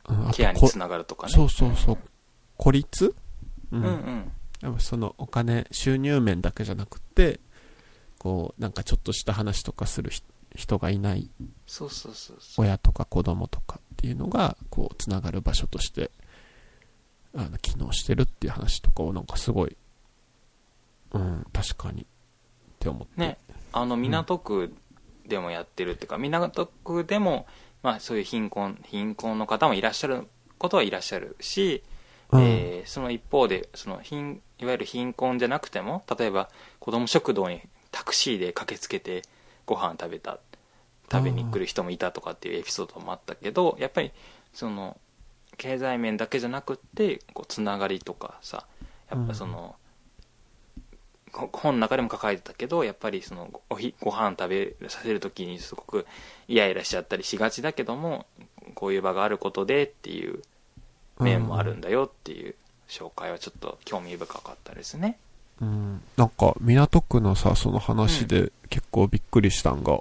S2: うん、あ
S1: ケアに
S2: こ
S1: つながるとかね
S2: そうそうそう、孤立う
S1: うん
S2: ん。
S1: うん、
S2: やっぱそのお金、収入面だけじゃなくて、こう、なんかちょっとした話とかするひ人がいない
S1: そうそうそうそう
S2: 親とか子供とかっていうのがこうつながる場所としてあの機能してるっていう話とかをなんかすごいうん確かにって思って、
S1: ねあの港区でもやってるっていうか、港区でも、まあ、そういう貧困貧困の方もいらっしゃることはいらっしゃるし、
S2: うん
S1: えーその一方でその貧いわゆる貧困じゃなくても例えば子ども食堂にタクシーで駆けつけてご飯食べた食べに来る人もいたとかっていうエピソードもあったけどやっぱりその経済面だけじゃなくってこうつながりとかさやっぱその、こ本の中でも書かれてたけどやっぱりそのごおひご飯食べさせる時にすごくイライラしちゃったりしがちだけどもこういう場があることでっていう面もあるんだよっていう紹介はちょっと興味深かったですね
S2: うん、なんか港区のさその話で結構びっくりしたんが、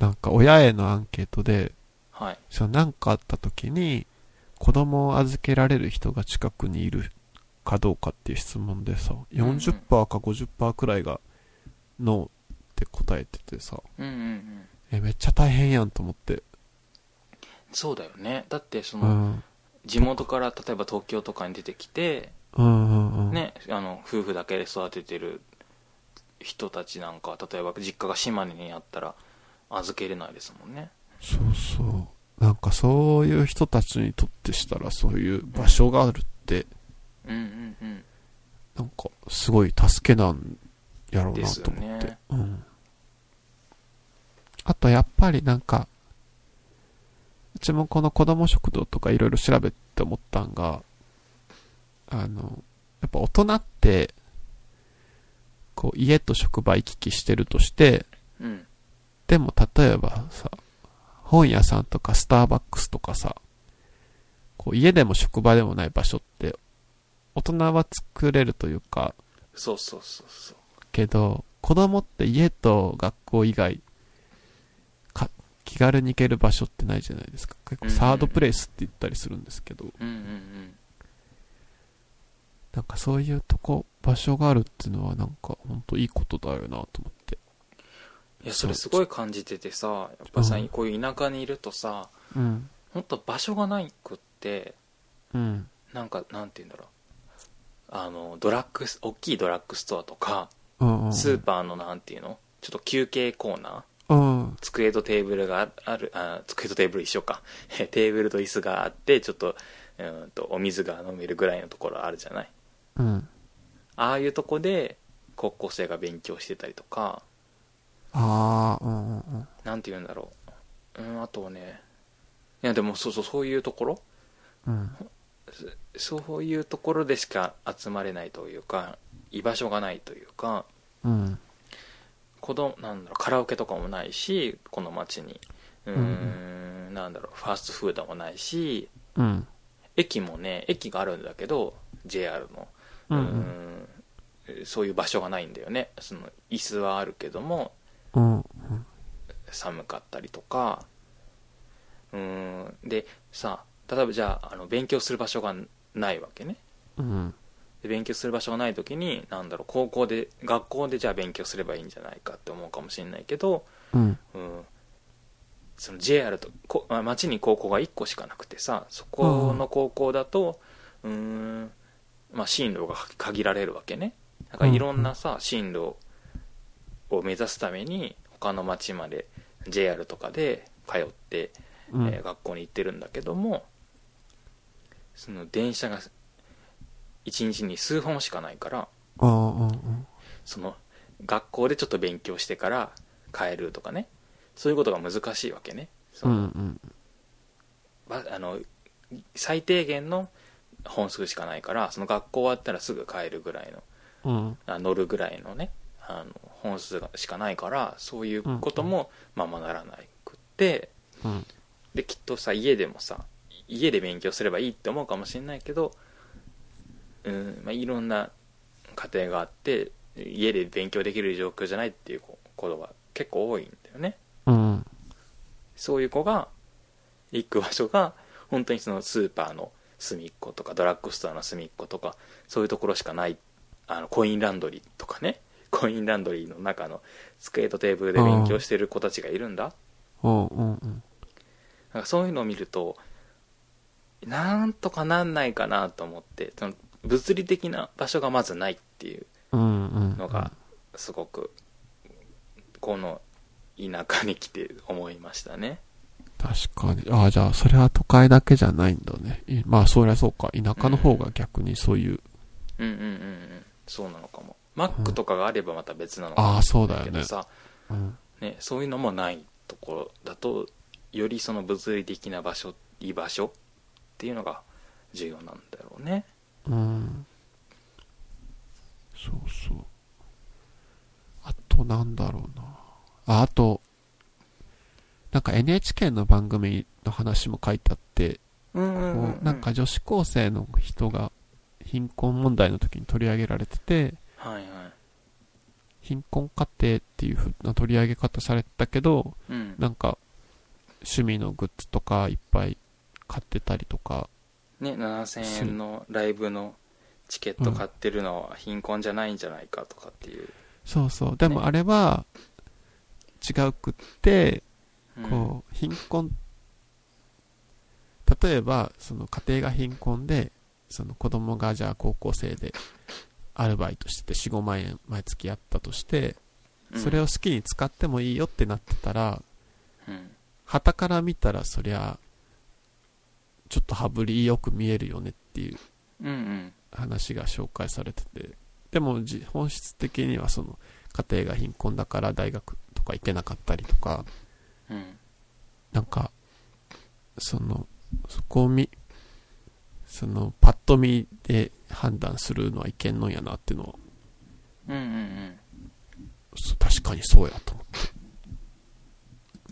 S2: なんか親へのアンケートで
S1: はい
S2: そのなんかあった時に子供を預けられる人が近くにいるかどうかっていう質問でさ
S1: んうん
S2: 40%か50%くらいがノーって答えててさ
S1: うんうんうん
S2: えめっちゃ大変やんと思って
S1: そうだよねだってそうの
S2: ん
S1: 地元から例えば東京とかに出てきて
S2: うんうんうん
S1: ねあの夫婦だけで育ててる人たちなんかは例えば実家が島根にあったら預けれないですもんね
S2: そうそうなんかそういう人たちにとってしたらそういう場所があるって
S1: うんうんうん
S2: なんかすごい助けなんやろうなと思
S1: で
S2: っ
S1: す
S2: て、
S1: よね
S2: うん、あとやっぱりなんかうちもこの子供食堂とかいろいろ調べて思ったんがあのやっぱ大人ってこう家と職場行き来してるとして
S1: うん
S2: でも例えばさ本屋さんとかスターバックスとかさこう家でも職場でもない場所って大人は作れるというか
S1: そうそうそうそう
S2: けど、子供って家と学校以外、か、気軽に行ける場所ってないじゃないですか。結構
S1: うんうん
S2: サードプレイスって言ったりするんですけど、
S1: うんうんうん
S2: なんかそういうとこ、場所があるっていうのはなんかほんといいことだよなと思って。
S1: いや
S2: そ
S1: そうれすごい感じててさやっぱさ
S2: うん
S1: こういう田舎にいるとさ
S2: うん。
S1: 本当場所がないくって
S2: うん。
S1: なんかなんて言うんだろうあのドラッグス大きいドラッグストアとか
S2: うん、うん。
S1: スーパーのなんていうのちょっと休憩コーナー
S2: うん。
S1: 机とテーブルがああるあ机とテーブル一緒か テーブルと椅子があってちょっとうーんとお水が飲めるぐらいのところあるじゃない
S2: うん。
S1: ああいうとこで高校生が勉強してたりとか
S2: ああ、うんうんうん。
S1: なんて言うんだろううんあとはねいやでもそうそうそういうところ
S2: うん。
S1: そういうところでしか集まれないというか居場所がないというか
S2: うん。
S1: 子供なんだろうカラオケとかもないしこの町にうーん
S2: うん
S1: なんだろうファーストフードもないし
S2: うん。
S1: 駅もね駅があるんだけど JR のう
S2: うん
S1: ー
S2: うんん。
S1: そういう場所がないんだよねその椅子はあるけども
S2: うん。
S1: 寒かったりとかうーんでさ例えばじゃああの勉強する場所がないわけね
S2: うん。
S1: で勉強する場所がない時になんだろう高校で学校でじゃあ勉強すればいいんじゃないかって思うかもしれないけど、
S2: うん。
S1: うん、その JR とこあ町に高校が1個しかなくてさそこの高校だとうーん、まあ、進路が限られるわけねだからいろんなさ進路を目指すために他の町まで JR とかで通って
S2: うん。
S1: えー学校に行ってるんだけどもその電車が1日に数本しかないから
S2: ああ、うんうん。
S1: その学校でちょっと勉強してから帰るとかねそういうことが難しいわけねそ
S2: う
S1: の
S2: んうん。
S1: ばあの最低限の本数しかないからその学校終わったらすぐ帰るぐらいの
S2: うん。
S1: あ乗るぐらいのねあの本数がしかないからそういうこともままならなくって
S2: うん。
S1: できっとさ家でもさ家で勉強すればいいって思うかもしれないけどうん、まあ、いろんな家庭があって家で勉強できる状況じゃないっていう子ことが結構多いんだよね
S2: うん。
S1: そういう子が行く場所が本当にそのスーパーの隅っことかドラッグストアの隅っことかそういうところしかないあのコインランドリーとかねコインランドリーの中の机とテーブルで勉強してる子たちがいるんだ
S2: うんうんうん。
S1: なんかそういうのを見るとなんとかなんないかなと思ってその物理的な場所がまずないっていう
S2: うんうん。
S1: のがすごくこの田舎に来て思いましたね
S2: 確かに。ああ、じゃあ、それは都会だけじゃないんだね。いまあ、そりゃそうか。田舎の方が逆にそういう、
S1: うんうんうんうんそうなのかもマックとかがあればまた別なのか
S2: ああ、そうだ
S1: だ
S2: よ
S1: け
S2: ね
S1: ど。さ、
S2: うん。
S1: ね、そういうのもないところだとよりその物理的な場所居場所っていうのが重要なんだろうね
S2: うん。そうそう。あと、なんだろうな。あ、あと、なんか NHK の番組の話も書いてあって、
S1: うんうんうん
S2: こうなんか女子高生の人が貧困問題の時に取り上げられてて、
S1: はいはい
S2: 貧困家庭っていう風な取り上げ方されてたけど、
S1: うん
S2: なんか趣味のグッズとかいっぱい買ってたりとか、
S1: ね、7000円のライブのチケット買ってるのは貧困じゃないんじゃないかとかっていう、
S2: そうそう。で
S1: ね
S2: もあれは違うくっ
S1: う
S2: て、
S1: ん
S2: こう、貧困、例えば、その家庭が貧困で、その子供がじゃあ高校生でアルバイトしてて4、5万円毎月あったとして、
S1: うん
S2: それを好きに使ってもいいよってなってたら、
S1: うん
S2: 旗から見たらそりゃ、ちょっと羽振りよく見えるよねっていう
S1: うんうん
S2: 話が紹介されててでもじ本質的にはその家庭が貧困だから大学とか行けなかったりとか
S1: うん
S2: なんかそのそこを見そのパッと見で判断するのはいけんのんやなっていうのは
S1: うんうんうん
S2: そ確かにそうやと思って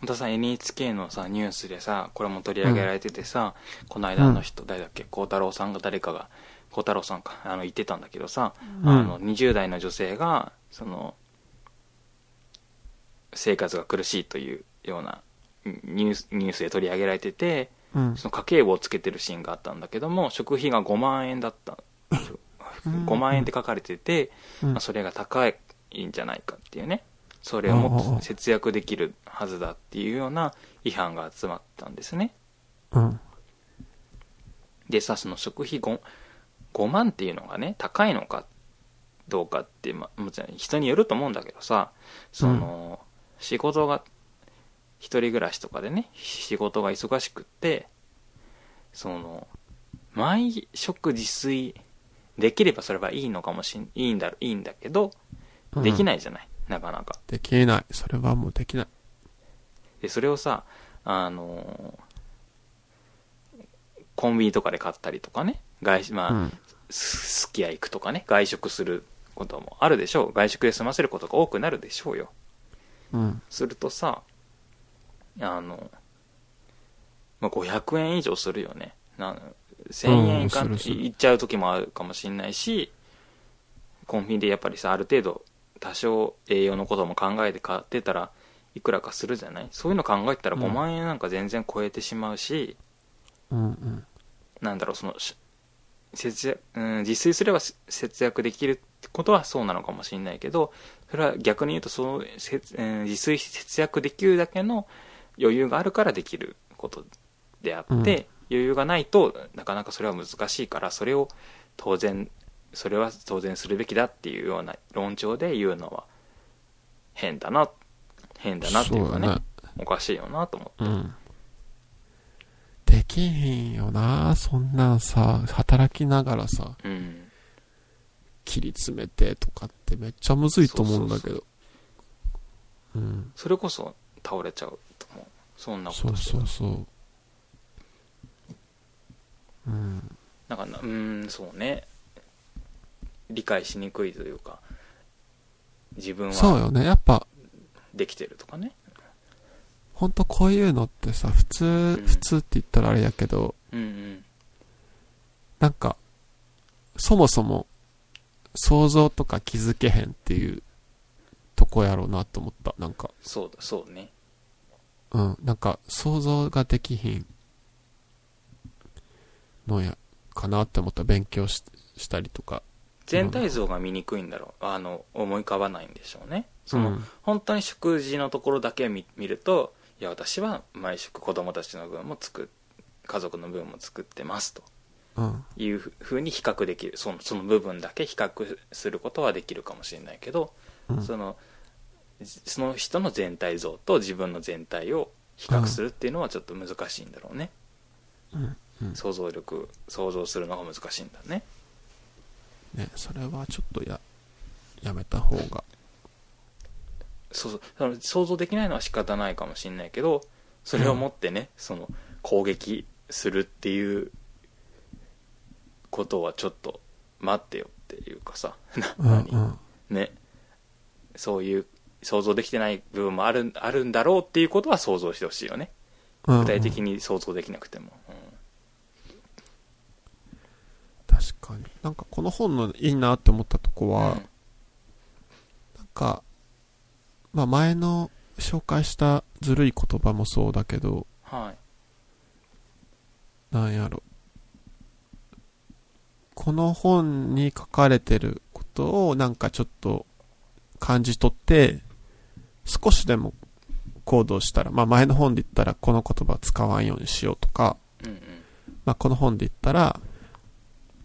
S1: 本田さん NHK のさニュースでさこれも取り上げられててさ、この間あの人、誰だっけ孝太郎さんが誰かが孝太郎さんかあの言ってたんだけどさ、あの20代の女性がその生活が苦しいというようなニュースニュースで取り上げられてて、
S2: うん
S1: その家計簿をつけてるシーンがあったんだけども食費が5万円だった5万円って書かれてて、
S2: うん
S1: まあ、それが高いんじゃないかっていうねそれをもっと節約できるはずだっていうような違反が集まったんですね
S2: うん
S1: でさその食費 5, 5万っていうのがね高いのかどうかって、まあ、もちろん人によると思うんだけどさその、仕事が一人暮らしとかでね仕事が忙しくってその毎食自炊できればそれはいいのかもしんいいんだいいんだけど
S2: うん
S1: できないじゃない、なかなか
S2: できないそれはもうできない
S1: でそれをさあのコンビニとかで買ったりとかね外しまあ、
S2: うん
S1: すすき家行くとかね外食することもあるでしょう外食で済ませることが多くなるでしょうよ
S2: うん
S1: するとさあの、まあ、500円以上するよねな1000円いかん
S2: うんするする
S1: いいっちゃう時もあるかもしんないしコンビニでやっぱりさある程度多少栄養のことも考えて買ってたらいくらかするじゃないそういうの考えたら
S2: うん
S1: 5万円なんか全然超えてしまうし、
S2: うんうん
S1: なんだろうそのし節約、うん、自炊すればせ節約できるってことはそうなのかもしれないけどそれは逆に言うとそのせ、うん、自炊して節約できるだけの余裕があるからできることであって、
S2: うん
S1: 余裕がないとなかなかそれは難しいからそれを当然それは当然するべきだっていうような論調で言うのは変だな変だなっていうかね
S2: そうだね
S1: おかしいよなと思って
S2: うん。できひんよな、そんなんさ、働きながらさ、
S1: うん
S2: 切り詰めてとかってめっちゃむずいと思うんだけど。うん。
S1: それこそ倒れちゃうと思うそんなこ
S2: そ
S1: と
S2: う
S1: してた
S2: そうそう。うん。
S1: なんかなうーんそうね理解しにくいというか自分
S2: そう
S1: は
S2: よね。やっぱ、
S1: できてるとかね
S2: ほんとこういうのってさ、普通、
S1: ん
S2: 普通って言ったらあれやけど、
S1: うんうん
S2: なんか、そもそも、想像とか気づけへんっていうとこやろうなと思った。なんか、
S1: そうだそうね
S2: うん、なんか想像ができひんのやかなって思った勉強ししたりとか、
S1: 全体像が見にくいんだろうあの思い浮かばないんでしょうねそうの、
S2: ん
S1: 本当に食事のところだけ見見るといや私は毎食子供たちの分も作っ家族の分も作ってますと
S2: うん、
S1: いうふふうに比較できるそのその部分だけ比較することはできるかもしれないけど、
S2: うん
S1: そのじその人の全体像と自分の全体を比較するっていうのはちょっと難しいんだろうね、
S2: うん、うん、
S1: 想像力想像するのが難しいんだね
S2: ね、それはちょっとや、やめた方が、
S1: そうそうその想像できないのは仕方ないかもしれないけどそれをもってね、その攻撃するっていうことはちょっと待ってよっていうかさな
S2: うん、う
S1: 何、
S2: ん、
S1: ねそういう想像できてない部分もあるあるんだろうっていうことは想像してほしいよね
S2: うん、
S1: 具体的
S2: うん
S1: に想像できなくても、うん
S2: 確かに。なんかこの本のいいなって思ったとこは、なんか、まあ前の紹介したずるい言葉もそうだけど、
S1: はい
S2: なんやろ。この本に書かれてることをなんかちょっと感じ取って、少しでも行動したら、まあ前の本で言ったらこの言葉使わんようにしようとか、
S1: うんうん
S2: まあこの本で言ったら、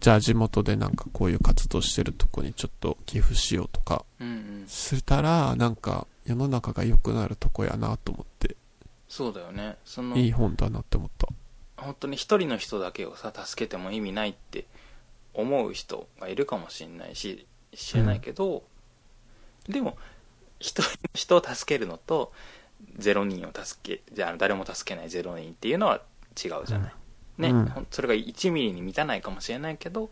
S2: じゃあ地元でなんかこういう活動してるとこにちょっと寄付しようとか、
S1: うんうん
S2: したらなんか世の中が良くなるとこやなと思って、
S1: そうだよねその
S2: いい本だなって思った。
S1: 本当に一人の人だけをさ助けても意味ないって思う人がいるかもしれないし知らないけど、でも一人の人を助けるのとゼロ人を助けじゃあ誰も助けないゼロ人っていうのは違うじゃない、
S2: うん
S1: ね、
S2: うん
S1: ほんそれが1ミリに満たないかもしれないけど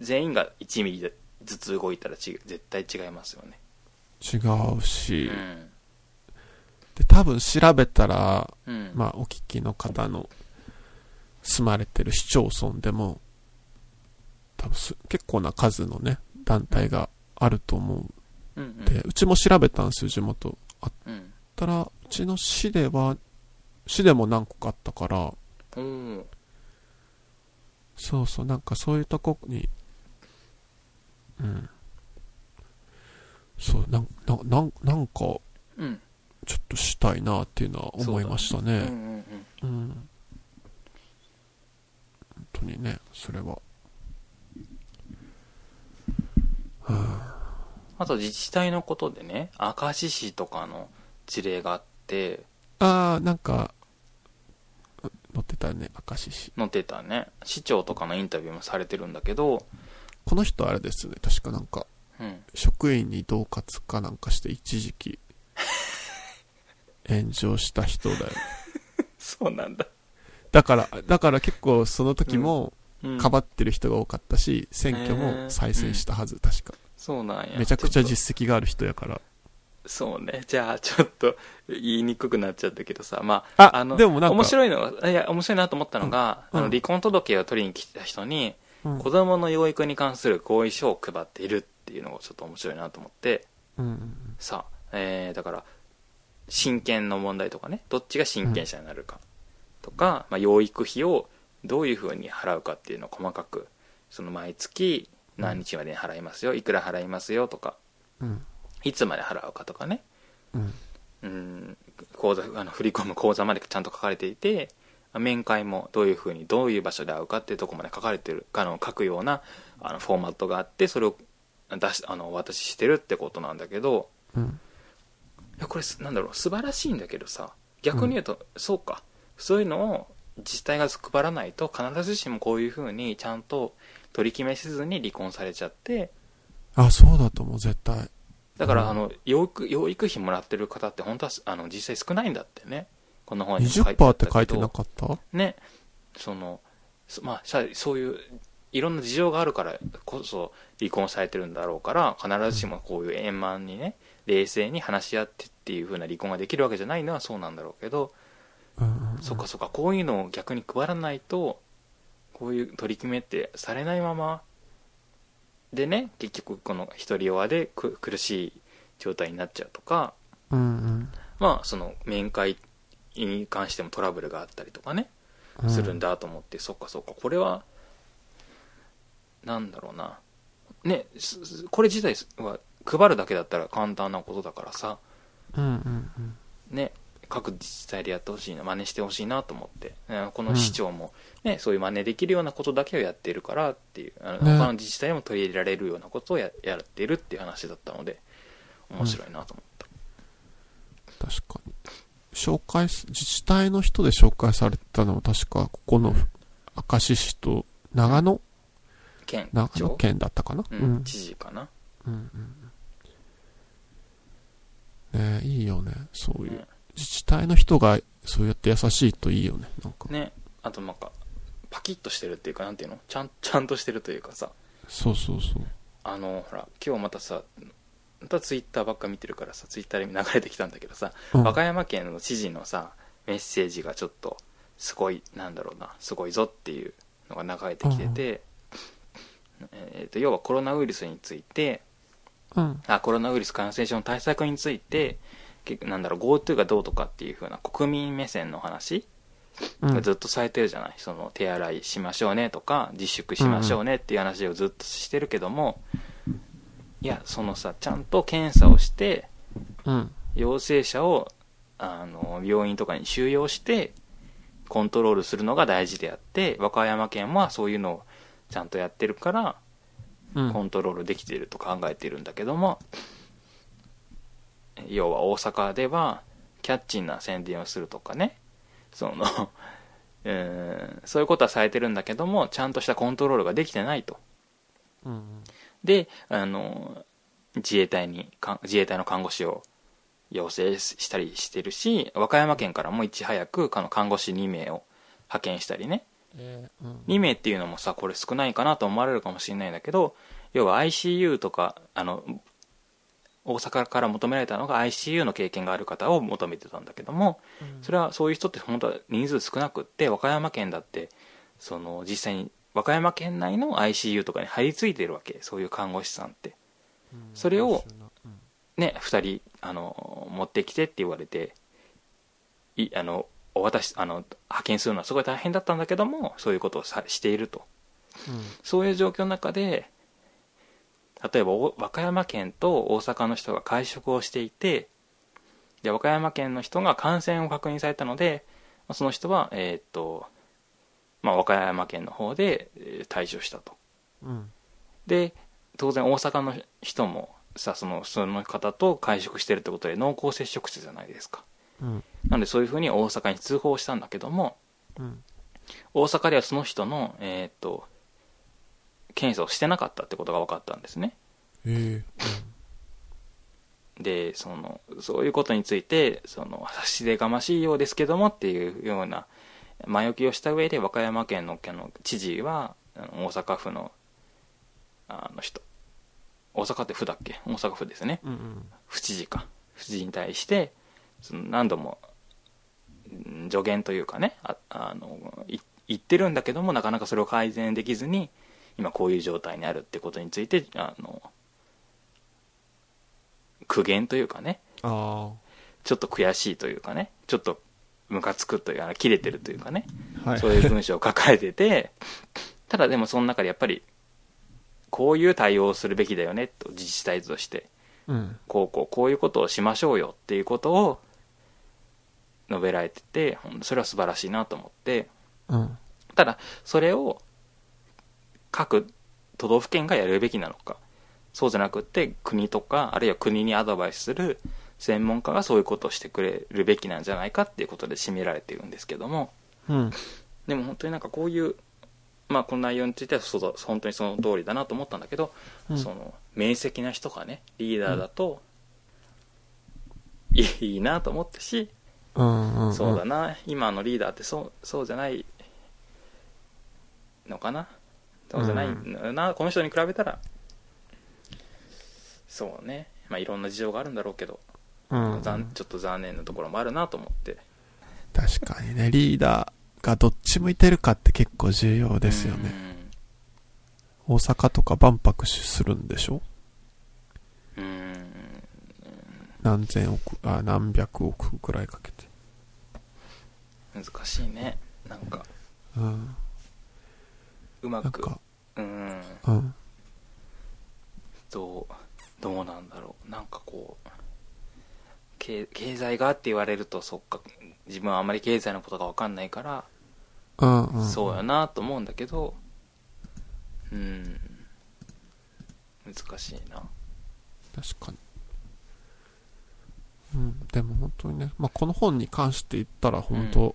S1: 全員が1ミリずつ動いたらち絶対違いますよね
S2: 違うし、
S1: うん
S2: で、多分調べたら、
S1: うん
S2: まあ、お聞きの方の住まれてる市町村でも、多分す結構な数のね、団体があると思
S1: うん
S2: うんで、うちも調べたんですよ、地元。あっ
S1: うん
S2: たら、うちの市では、市でも何個かあったから、
S1: うんおー
S2: そうそう、なんかそういうとこに、うん。そう、なんななんなんか、ちょ
S1: うん
S2: っとしたいなっていうのは思いました
S1: う
S2: ね。
S1: んうんうん
S2: うん本当にねそれは
S1: あと自治体のことでね、明石市とかの事例があって、
S2: ああなんかう載ってたね明石市
S1: 載ってたね、市長とかのインタビューもされてるんだけど、
S2: この人あれですね確かなんか
S1: うん、
S2: 職員に恫喝かなんかして一時期炎上した人だよ
S1: そうなんだ。
S2: だからだから結構その時も
S1: うん、
S2: かばってる人が多かったし、選挙も再選したはず、確か
S1: そうなんや。
S2: めちゃくちゃ
S1: ょっ
S2: 実績がある人やから
S1: とそうね。じゃあ、ちょっと言いにくくなっちゃったけどさ、まあ、
S2: あ
S1: の、
S2: でもなんか
S1: 面白いのが、いや、面白いなと思ったのが、
S2: うんうん
S1: あの離婚届を取りに来た人に、
S2: うん
S1: 子供の養育に関する合意書を配っているっていうのがちょっと面白いなと思って、
S2: うんうん
S1: さえーだから親権の問題とかねどっちが親権者になるかとか、まあ、養育費をどういうふうに払うかっていうのを細かくその毎月何日までに払いますよいくら払いますよとか
S2: うん
S1: いつまで払うかとかね
S2: うん
S1: うん口座あの振り込む口座までちゃんと書かれていてまあ面会もどういうふうにどういう場所で会うかっていうところまで書かれてるあの書くようなあのフォーマットがあってそれを出しあのお渡ししてるってことなんだけど、
S2: うん
S1: いやこれすなんだろう素晴らしいんだけどさ逆に言うと、そうかそういうのを自治体が配らないと必ずしもこういうふうにちゃんと取り決めせずに離婚されちゃって
S2: あ、そうだと思う、絶対。
S1: だから、
S2: うん
S1: あの養育養育費もらってる方って本当はあの実際少ないんだってねこの本にも書いてあ
S2: 20%っ
S1: った
S2: て
S1: けど
S2: 書いてなかった
S1: ねそのそまあさそういういろんな事情があるからこそ離婚されてるんだろうから必ずしもこういう円満にね冷静に話し合ってっていう風な離婚ができるわけじゃないのはそうなんだろうけど、
S2: うんうんうん。
S1: そっかそっかこういうのを逆に配らないとこういう取り決めってされないままでね結局この一人親でく苦しい状態になっちゃうとか
S2: うんうん
S1: まあその面会に関してもトラブルがあったりとかね
S2: うん。
S1: するんだと思って、そっかそっかこれはなんだろうなねすすこれ自体は配るだけだったら簡単なことだからさ
S2: うんうんうん。
S1: ね各自治体でやってほしいな真似してほしいなと思って、ねこ
S2: う
S1: の
S2: ん
S1: 市長も、ねそういう真似できるようなことだけをやっているからっていうあの、
S2: ね
S1: 他の自治体でも取り入れられるようなことをややっているっていう話だったので面白いなと思った、
S2: 確かに。紹介す、自治体の人で紹介されてたのは確か、ここの明石市と長野、
S1: 県
S2: 長野
S1: 庁、
S2: 県だったかな。
S1: う
S2: うんん。
S1: 知事かな、
S2: うんうんねえいいよね。そういう
S1: ね。
S2: 自治体の人が、そうやって優しいといいよね。なんか。
S1: ねあとなんかパキッとしてるっていうかなんていうのちゃんちゃんとしてるというかさ
S2: そうそうそう。
S1: あのほら今日またさまたツイッターばっか見てるからさツイッターで流れてきたんだけどさ、
S2: うん
S1: 和歌山県の知事のさメッセージがちょっとすごいなんだろうなすごいぞっていうのが流れてきてて、えー、と要はコロナウイルスについて
S2: うん。
S1: あコロナウイルス感染症の対策についてけなんだろう GoTo がどうとかっていう風な国民目線の話、
S2: うん
S1: ずっとされてるじゃないその手洗いしましょうねとか自粛しましょうねっていう話をずっとしてるけども、いやそのさちゃんと検査をして
S2: うん。
S1: 陽性者をあの病院とかに収容してコントロールするのが大事であって和歌山県はそういうのをちゃんとやってるから
S2: うん
S1: コントロールできていると考えているんだけども要は大阪ではキャッチーな宣伝をするとかねその うーんそういうことはされてるんだけどもちゃんとしたコントロールができてないと
S2: うん
S1: であの自衛隊にか自衛隊の看護師を要請したりしてるし和歌山県からもいち早くあの看護師2名を派遣したりね
S2: えーうん
S1: 2名っていうのもさこれ少ないかなと思われるかもしれないんだけど要は ICU とかあの大阪から求められたのが ICU の経験がある方を求めてたんだけどもそれはそういう人って本当は人数少なくって和歌山県だってその実際に和歌山県内の ICU とかに張り付いてるわけそういう看護師さんって
S2: うん
S1: それを
S2: うん
S1: ね2人あの持ってきてって言われていあのお渡しあの派遣するのはすごい大変だったんだけどもそういうことをさしているとそういう状況の中で例えばお和歌山県と大阪の人が会食をしていてで和歌山県の人が感染を確認されたのでまあその人は、えーっとまあ、和歌山県の方でえー対処したと
S2: うん
S1: で当然大阪の人もさそのその方と会食してるってことで濃厚接触者じゃないですか
S2: うん
S1: なのでそういうふうに大阪に通報したんだけども
S2: うん
S1: 大阪ではその人の、えーっと検査をしてなかったってことが分かったんですね
S2: え
S1: でそのそういうことについてその差し出がましいようですけどもっていうような前置きをした上で和歌山県のあの知事はあの大阪府のあの人大阪って府だっけ大阪府ですね
S2: ーうんうん
S1: 府知事か府知事に対してその何度もうん助言というかねああのい言ってるんだけどもなかなかそれを改善できずに今こういう状態にあるってことについてあの苦言というかね
S2: あ
S1: ちょっと悔しいというかねちょっとムカつくというか切れてるというかね
S2: あは
S1: そういう文章を抱えてて、ただでもその中でやっぱりこういう対応をするべきだよねと自治体として
S2: うん
S1: こうこうこういうことをしましょうよっていうことを述べられててほんそれは素晴らしいなと思って
S2: うん
S1: ただそれを各都道府県がやるべきなのかそうじゃなくって国とかあるいは国にアドバイスする専門家がそういうことをしてくれるべきなんじゃないかっていうことで占められているんですけども
S2: うん
S1: でも本当になんかこういうまあこの内容についてはそうだ本当にその通りだなと思ったんだけど、
S2: うん
S1: その面積な人がねリーダーだと、いいいなと思ったし、
S2: うんうんうん
S1: そうだな今のリーダーってそうそうじゃないのかなそうじゃないのな、この人に比べたらそうねまあいろんな事情があるんだろうけど、
S2: うんうん
S1: 残ちょっと残念なところもあるなと思って
S2: 確かにねリーダーがどっち向いてるかって結構重要ですよね、大阪とか万博するんでしょ
S1: うんうん
S2: 何千億あ何百億ぐらいかけて
S1: 難しいねなんか
S2: うん
S1: うま
S2: なん
S1: く
S2: か
S1: うん
S2: うん
S1: どうどうなんだろうなんかこう経経済がって言われるとそっか自分はあまり経済のことが分かんないから、
S2: うんうん
S1: そうやなと思うんだけどうん難しいな
S2: 確かにうんでも本当にね、まあ、この本に関して言ったら本当、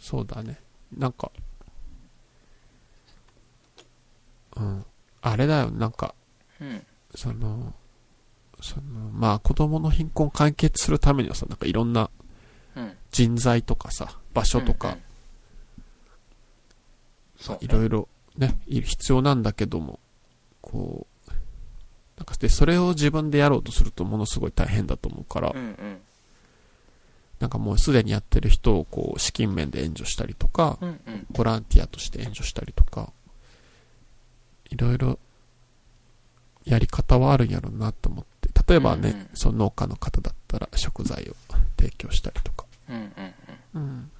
S2: そうだねなんかうんあれだよなんか
S1: うん
S2: そのそのまあ子供の貧困を解決するためにはさなんかいろんな
S1: うん
S2: 人材とかさ場所とか、
S1: うんうんそう
S2: いろいろね、い必要なんだけども、こう、なんかで、それを自分でやろうとするとものすごい大変だと思うから、
S1: うんうん
S2: なんかもうすでにやってる人をこう、資金面で援助したりとか、
S1: うんうん
S2: ボランティアとして援助したりとか、いろいろ、やり方はあるんやろうなと思って、例えばね、
S1: うんうん
S2: その農家の方だったら食材を提供したりとか、
S1: うんうんうん
S2: うん、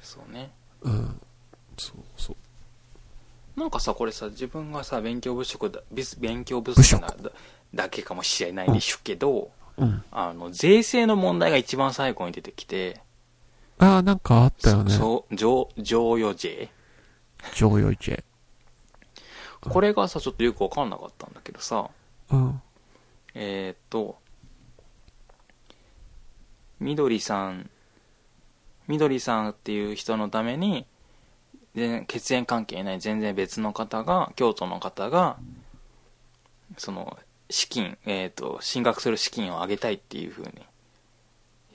S1: そうね
S2: うん、そうそう。
S1: なんかさこれさ自分がさ勉強不足だビス勉強不
S2: 不
S1: 足
S2: 足
S1: なだだけかもしれないでしょうけど、
S2: うん、
S1: あの税制の問題が一番最後に出てきて、
S2: ああ、なんかあったよね。
S1: そう剰剰余税
S2: 常用池。
S1: これがさちょっとよく分かんなかったんだけどさ
S2: うん。
S1: えーっとみどりさんみどりさんっていう人のために全血縁関係ない全然別の方が京都の方がその資金、えーっと進学する資金を上げたいっていうふう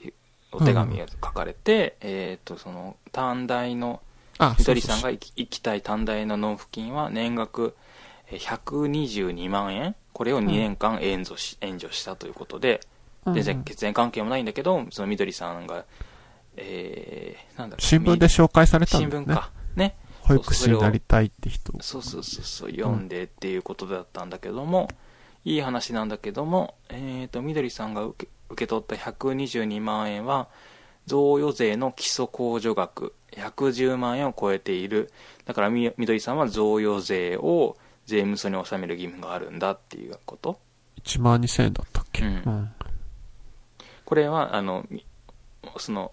S1: にお手紙が書かれて、えーっとその短大の
S2: あ、
S1: みどりさん
S2: そうそうそ
S1: が
S2: う
S1: 行き行きたい短大の納付金は年額えー122万円これを2年間援助し,、援助したということで
S2: うんう
S1: 全然
S2: ん
S1: 血縁関係もないんだけどそのみどりさんが、えー、なんだろう
S2: 新聞で紹介された
S1: 新
S2: んだよ
S1: 聞
S2: ね。
S1: かね
S2: 保育士になりたいって人。
S1: そうそうそうそう読んでっていうことだったんだけども、いい話なんだけども、えー、とみどりさんが受け受け取った122万円は贈与税の基礎控除額110万円を超えているだからみみどりさんは贈与税を税務署に納める義務があるんだっていうこと
S2: 1万2000円だったっけ、
S1: う
S2: うんん、
S1: これはあのみその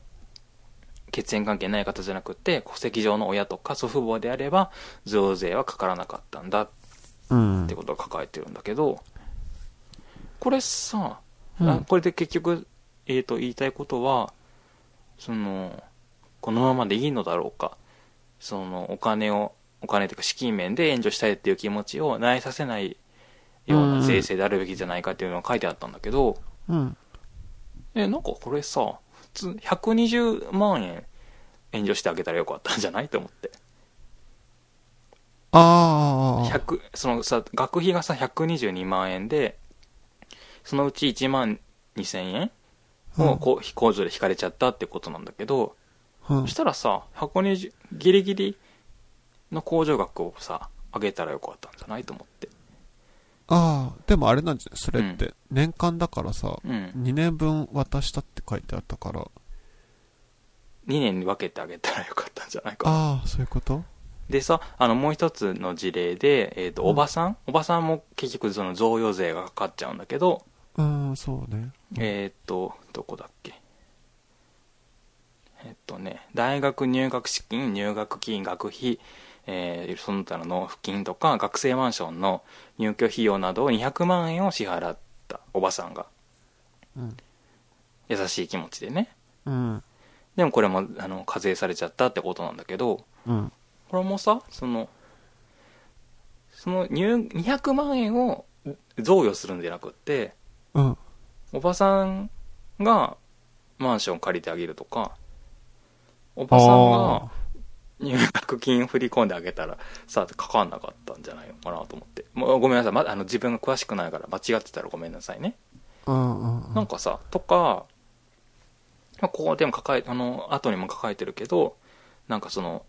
S1: 血縁関係ない方じゃなくて戸籍上の親とか祖父母であれば贈与税はかからなかったんだ
S2: うん。
S1: ってことを抱えてるんだけどこれさ、
S2: うん
S1: あこれで結局、えー、と言いたいことはそのこのままでいいのだろうかそのお金をお金というか資金面で援助したいっていう気持ちを萎えさせないような税制であるべきじゃないかっていうのが書いてあったんだけど、
S2: うん。
S1: えなんかこれさ普通120万円援助してあげたらよかったんじゃないと思って
S2: ああ。
S1: 100そのさ学費がさ122万円でそのうち1万2000円をこう控除で引かれちゃったってことなんだけど、
S2: うん
S1: そしたらさ120ギリギリの控除額をさ上げたらよかったんじゃないと思って
S2: ああ。でもあれなんじゃないそれって、年間だからさ、
S1: うん
S2: 2年分渡したって書いてあったから。
S1: 2年に分けてあげたらよかったんじゃないか
S2: ああ、そういうこと
S1: でさあのもう一つの事例で、えー、と
S2: うん
S1: おばさん、おばさんも結局その贈与税がかかっちゃうんだけど、
S2: うん、そうね。
S1: えーっとどこだっけえっとね大学入学資金入学金学費、えーその他の納付金とか学生マンションの入居費用などを200万円を支払ったおばさんが
S2: うん。
S1: 優しい気持ちでね
S2: うん。
S1: でもこれもあの課税されちゃったってことなんだけど
S2: うん。
S1: これもさそのその入200万円を贈与するんじゃなくって
S2: うん。
S1: おばさんがマンション借りてあげるとかおばさんが入学金振り込んであげたらさかかんなかったんじゃないのかなと思ってもうごめんなさい、ま、あの自分が詳しくないから間違ってたらごめんなさいね、
S2: あーうんうんう
S1: なん
S2: ん。
S1: かさとか、まあ、ここでも抱えあの後にも抱えてるけどなんかその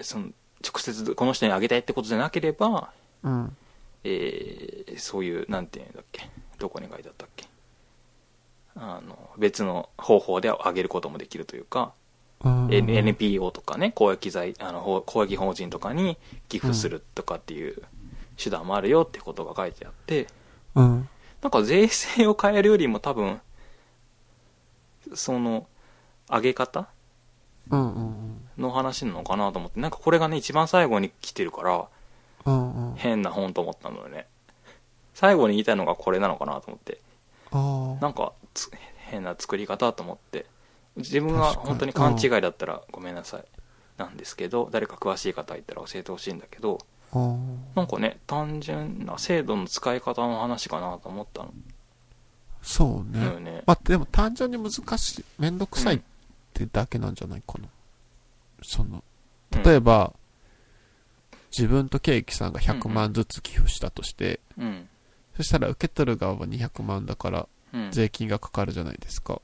S1: その直接この人にあげたいってことじゃなければ、
S2: うん。
S1: えーそういうなんていうんだっけどこに書いてあったっけあの別の方法であげることもできるというか
S2: うん。
S1: N- NPO とかね公益財あのほう公益法人とかに寄付するとかっていう手段もあるよってことが書いてあって
S2: うん。
S1: なんか税制を変えるよりも多分その上げ方
S2: うんうん
S1: の話なのかなと思ってなんかこれがね一番最後に来てるから
S2: うん。うんうん。
S1: 変な本と思ったのよね最後に言いたいのがこれなのかなと思って
S2: あ
S1: なんかつ変な作り方と思って自分が
S2: 確かに
S1: 本当に勘違いだったらごめんなさいなんですけど誰か詳しい方いたら教えてほしいんだけど
S2: あ。うん
S1: なんかね単純な制度の使い方の話かなと思った
S2: そうね。
S1: のよね、
S2: まあ、でも単純に難しい、めんどくさいってだけなんじゃないかな。その、
S1: うん
S2: 例えば、自分とケーキさんが100万ずつ寄付したとして、
S1: うん
S2: そしたら受け取る側は200万だから
S1: うん
S2: 税金がかかるじゃないですか。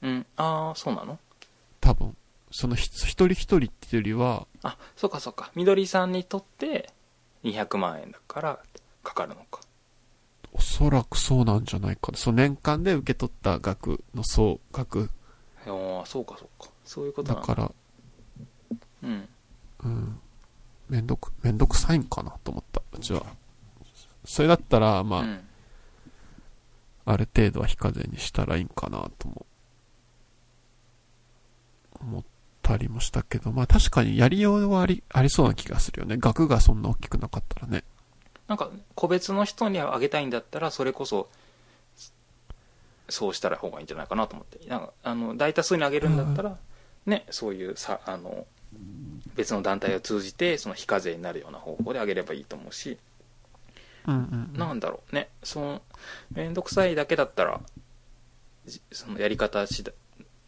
S1: うんああそうなの
S2: 多分。そのひ一人一人っていうよりは、
S1: あそうかそうかみどりさんにとって200万円だからかかるのか
S2: おそらくそうなんじゃないかな。その年間で受け取った額の総額。
S1: ああそうかそうかそういうこと
S2: だ
S1: なの
S2: から、
S1: うん
S2: うん。めんどく、めんどくさいんかなと思った。うちは。それだったら、まあ、
S1: うん
S2: ある程度は非課税にしたらいいんかなとも思ったりもしたけど、まあ確かにやりようはあり、ありそうな気がするよね。額がそんな大きくなかったらね。
S1: なんか個別の人にあげたいんだったらそれこそそうしたら方がいいんじゃないかなと思ってなんかあの大多数にあげるんだったら、ね、そういうさあの別の団体を通じてその非課税になるような方法であげればいいと思うし、
S2: うんうん
S1: なんだろうねその面倒くさいだけだったらじそのやり方次第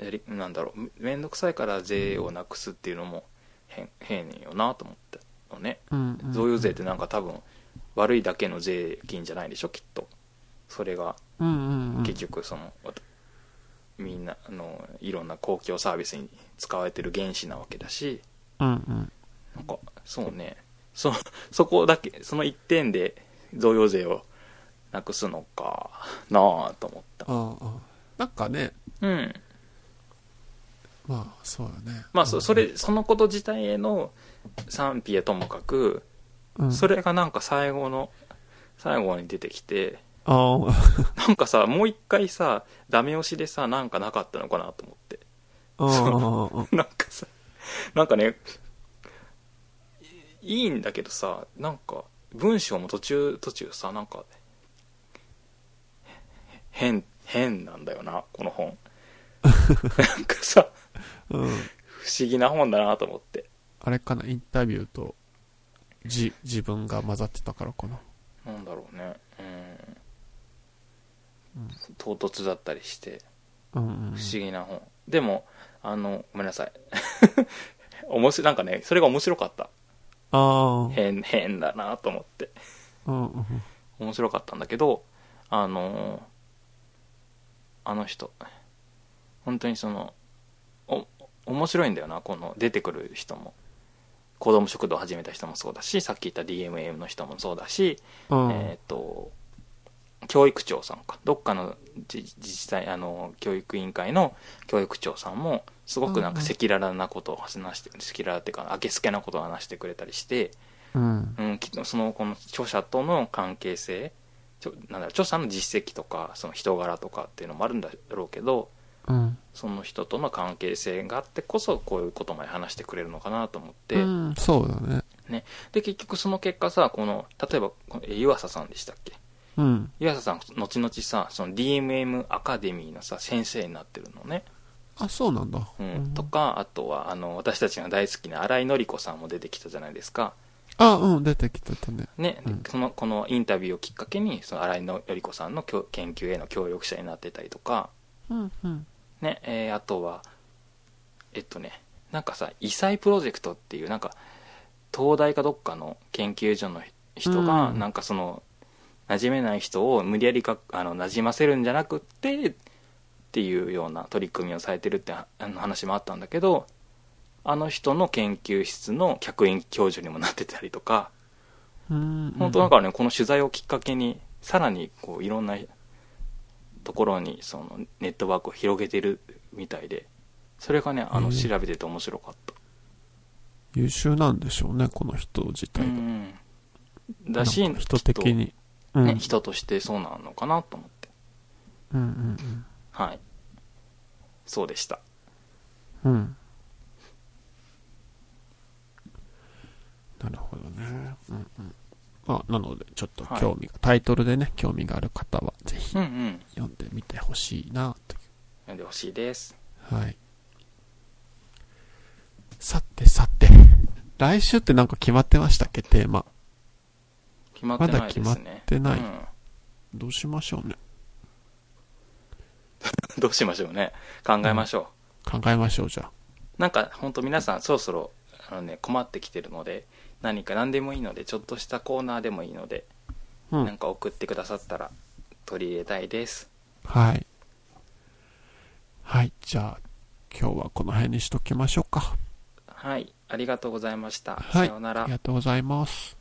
S1: やりなんだろう面倒くさいから税をなくすっていうのも変変よなと思ったのね。
S2: うんうん。
S1: 贈与税ってなんか多分悪いだけの税金じゃないでしょきっとそれが
S2: うんうんうん。
S1: 結局その、わたみんなあのいろんな公共サービスに使われてる原資なわけだし
S2: うんうん。
S1: なんかそうねそそこだけその一点で贈与税をなくすのかなあと思った
S2: ああああ。なんかね、
S1: うん
S2: まあそうよね。
S1: まあそそれそのこと自体への賛否へともかく
S2: うん、
S1: それがなんか最後の最後に出てきて
S2: あ
S1: なんかさ、もう一回さ、ダメ押しでさ、なんかなかったのかなと思って。
S2: あ、ああ、ああ
S1: なんかさ、なんかね、いいいんだけどさ、なんか、文章も途中途中さ、なんか、変、変なんだよな、この本。 なんかさ、
S2: うん。
S1: 不思議な本だなと思って。
S2: あれかな、インタビューと、じ、自分が混ざってたからかな。
S1: なんだろうね、うん
S2: うん。
S1: 唐突だったりして。
S2: うんうん。
S1: 不思議な本、でもあのごめんなさい 面白いなんかねそれが面白かった
S2: あ
S1: 変変だなと思って
S2: あ。うんうん。
S1: 面白かったんだけどあのーあの人本当にそのお面白いんだよなこの出てくる人も子供食堂を始めた人もそうだしさっき言った DMM の人もそうだし、
S2: うん。
S1: えっ、と教育長さんかどっかの自自治体あの教育委員会の教育長さんもすごくなん
S2: うんう
S1: か
S2: ん
S1: 赤裸々なことを話して赤裸々っていうか明けすけなことを話してくれたりして、
S2: うん。
S1: うん、きっとそのこの著者との関係性ちょなんだろう著者の実績とかその人柄とかっていうのもあるんだろうけど
S2: うん。
S1: その人との関係性があってこそこういうことまで話してくれるのかなと思って、
S2: うん、そうだね。
S1: で結局その結果さこの例えばこのえ湯浅さんでしたっけ
S2: うん。
S1: 岩佐さん後々さその DMM アカデミーのさ先生になってるのね
S2: ああ、そうなんだ。
S1: う
S2: うんん、
S1: とかあとはあの私たちの大好きな新井紀子さんも出てきたじゃないですか、
S2: あ、うん、出てきてたね。
S1: ね
S2: うん
S1: そのこのインタビューをきっかけにその新井紀子さんの教研究への協力者になってたりとか、
S2: うん、うん。
S1: ねえーあとはえっとねなんかさ異彩プロジェクトっていうなんか東大かどっかの研究所の人が、
S2: うん
S1: なんかその馴染めない人を無理やりかあの馴染ませるんじゃなくってっていうような取り組みをされてるってああの話もあったんだけどあの人の研究室の客員教授にもなってたりとか
S2: うんうん
S1: 本当だからねこの取材をきっかけにさらにこういろんなところにそのネットワークを広げてるみたいでそれがねあ
S2: う
S1: の
S2: ん
S1: 調べてて面白かった、
S2: 優秀なんでしょうね、この人自体が。
S1: うんだし
S2: なんか人的
S1: きっ
S2: に。う
S1: と
S2: ん
S1: ね、人としてそうなのかなと思って
S2: うんうん
S1: はいそうでした
S2: うん。うん。なるほどね。うんうん。まあ、なので、ちょっと興味が、タイトルでね、興味がある方は、ぜひ
S1: うんうん
S2: 読んでみてほしいな、という。
S1: 読んでほしいです
S2: はい。さてさて、来週ってなんか決まってましたっけテーマ。
S1: 決まってないですね
S2: まだ決まってない
S1: うん
S2: どうしましょうね。
S1: どうしましょうね考えましょう、
S2: 考えましょう、じゃあ。
S1: なんか本当皆さんそろそろあのね困ってきてるので何か何でもいいのでちょっとしたコーナーでもいいので、
S2: う
S1: なん
S2: ん。
S1: か送ってくださったら取り入れたいです
S2: はい。はい、じゃあ、今日はこの辺にしときましょうか。
S1: はいありがとうございました、
S2: はい。
S1: さようなら
S2: ありがとうございます。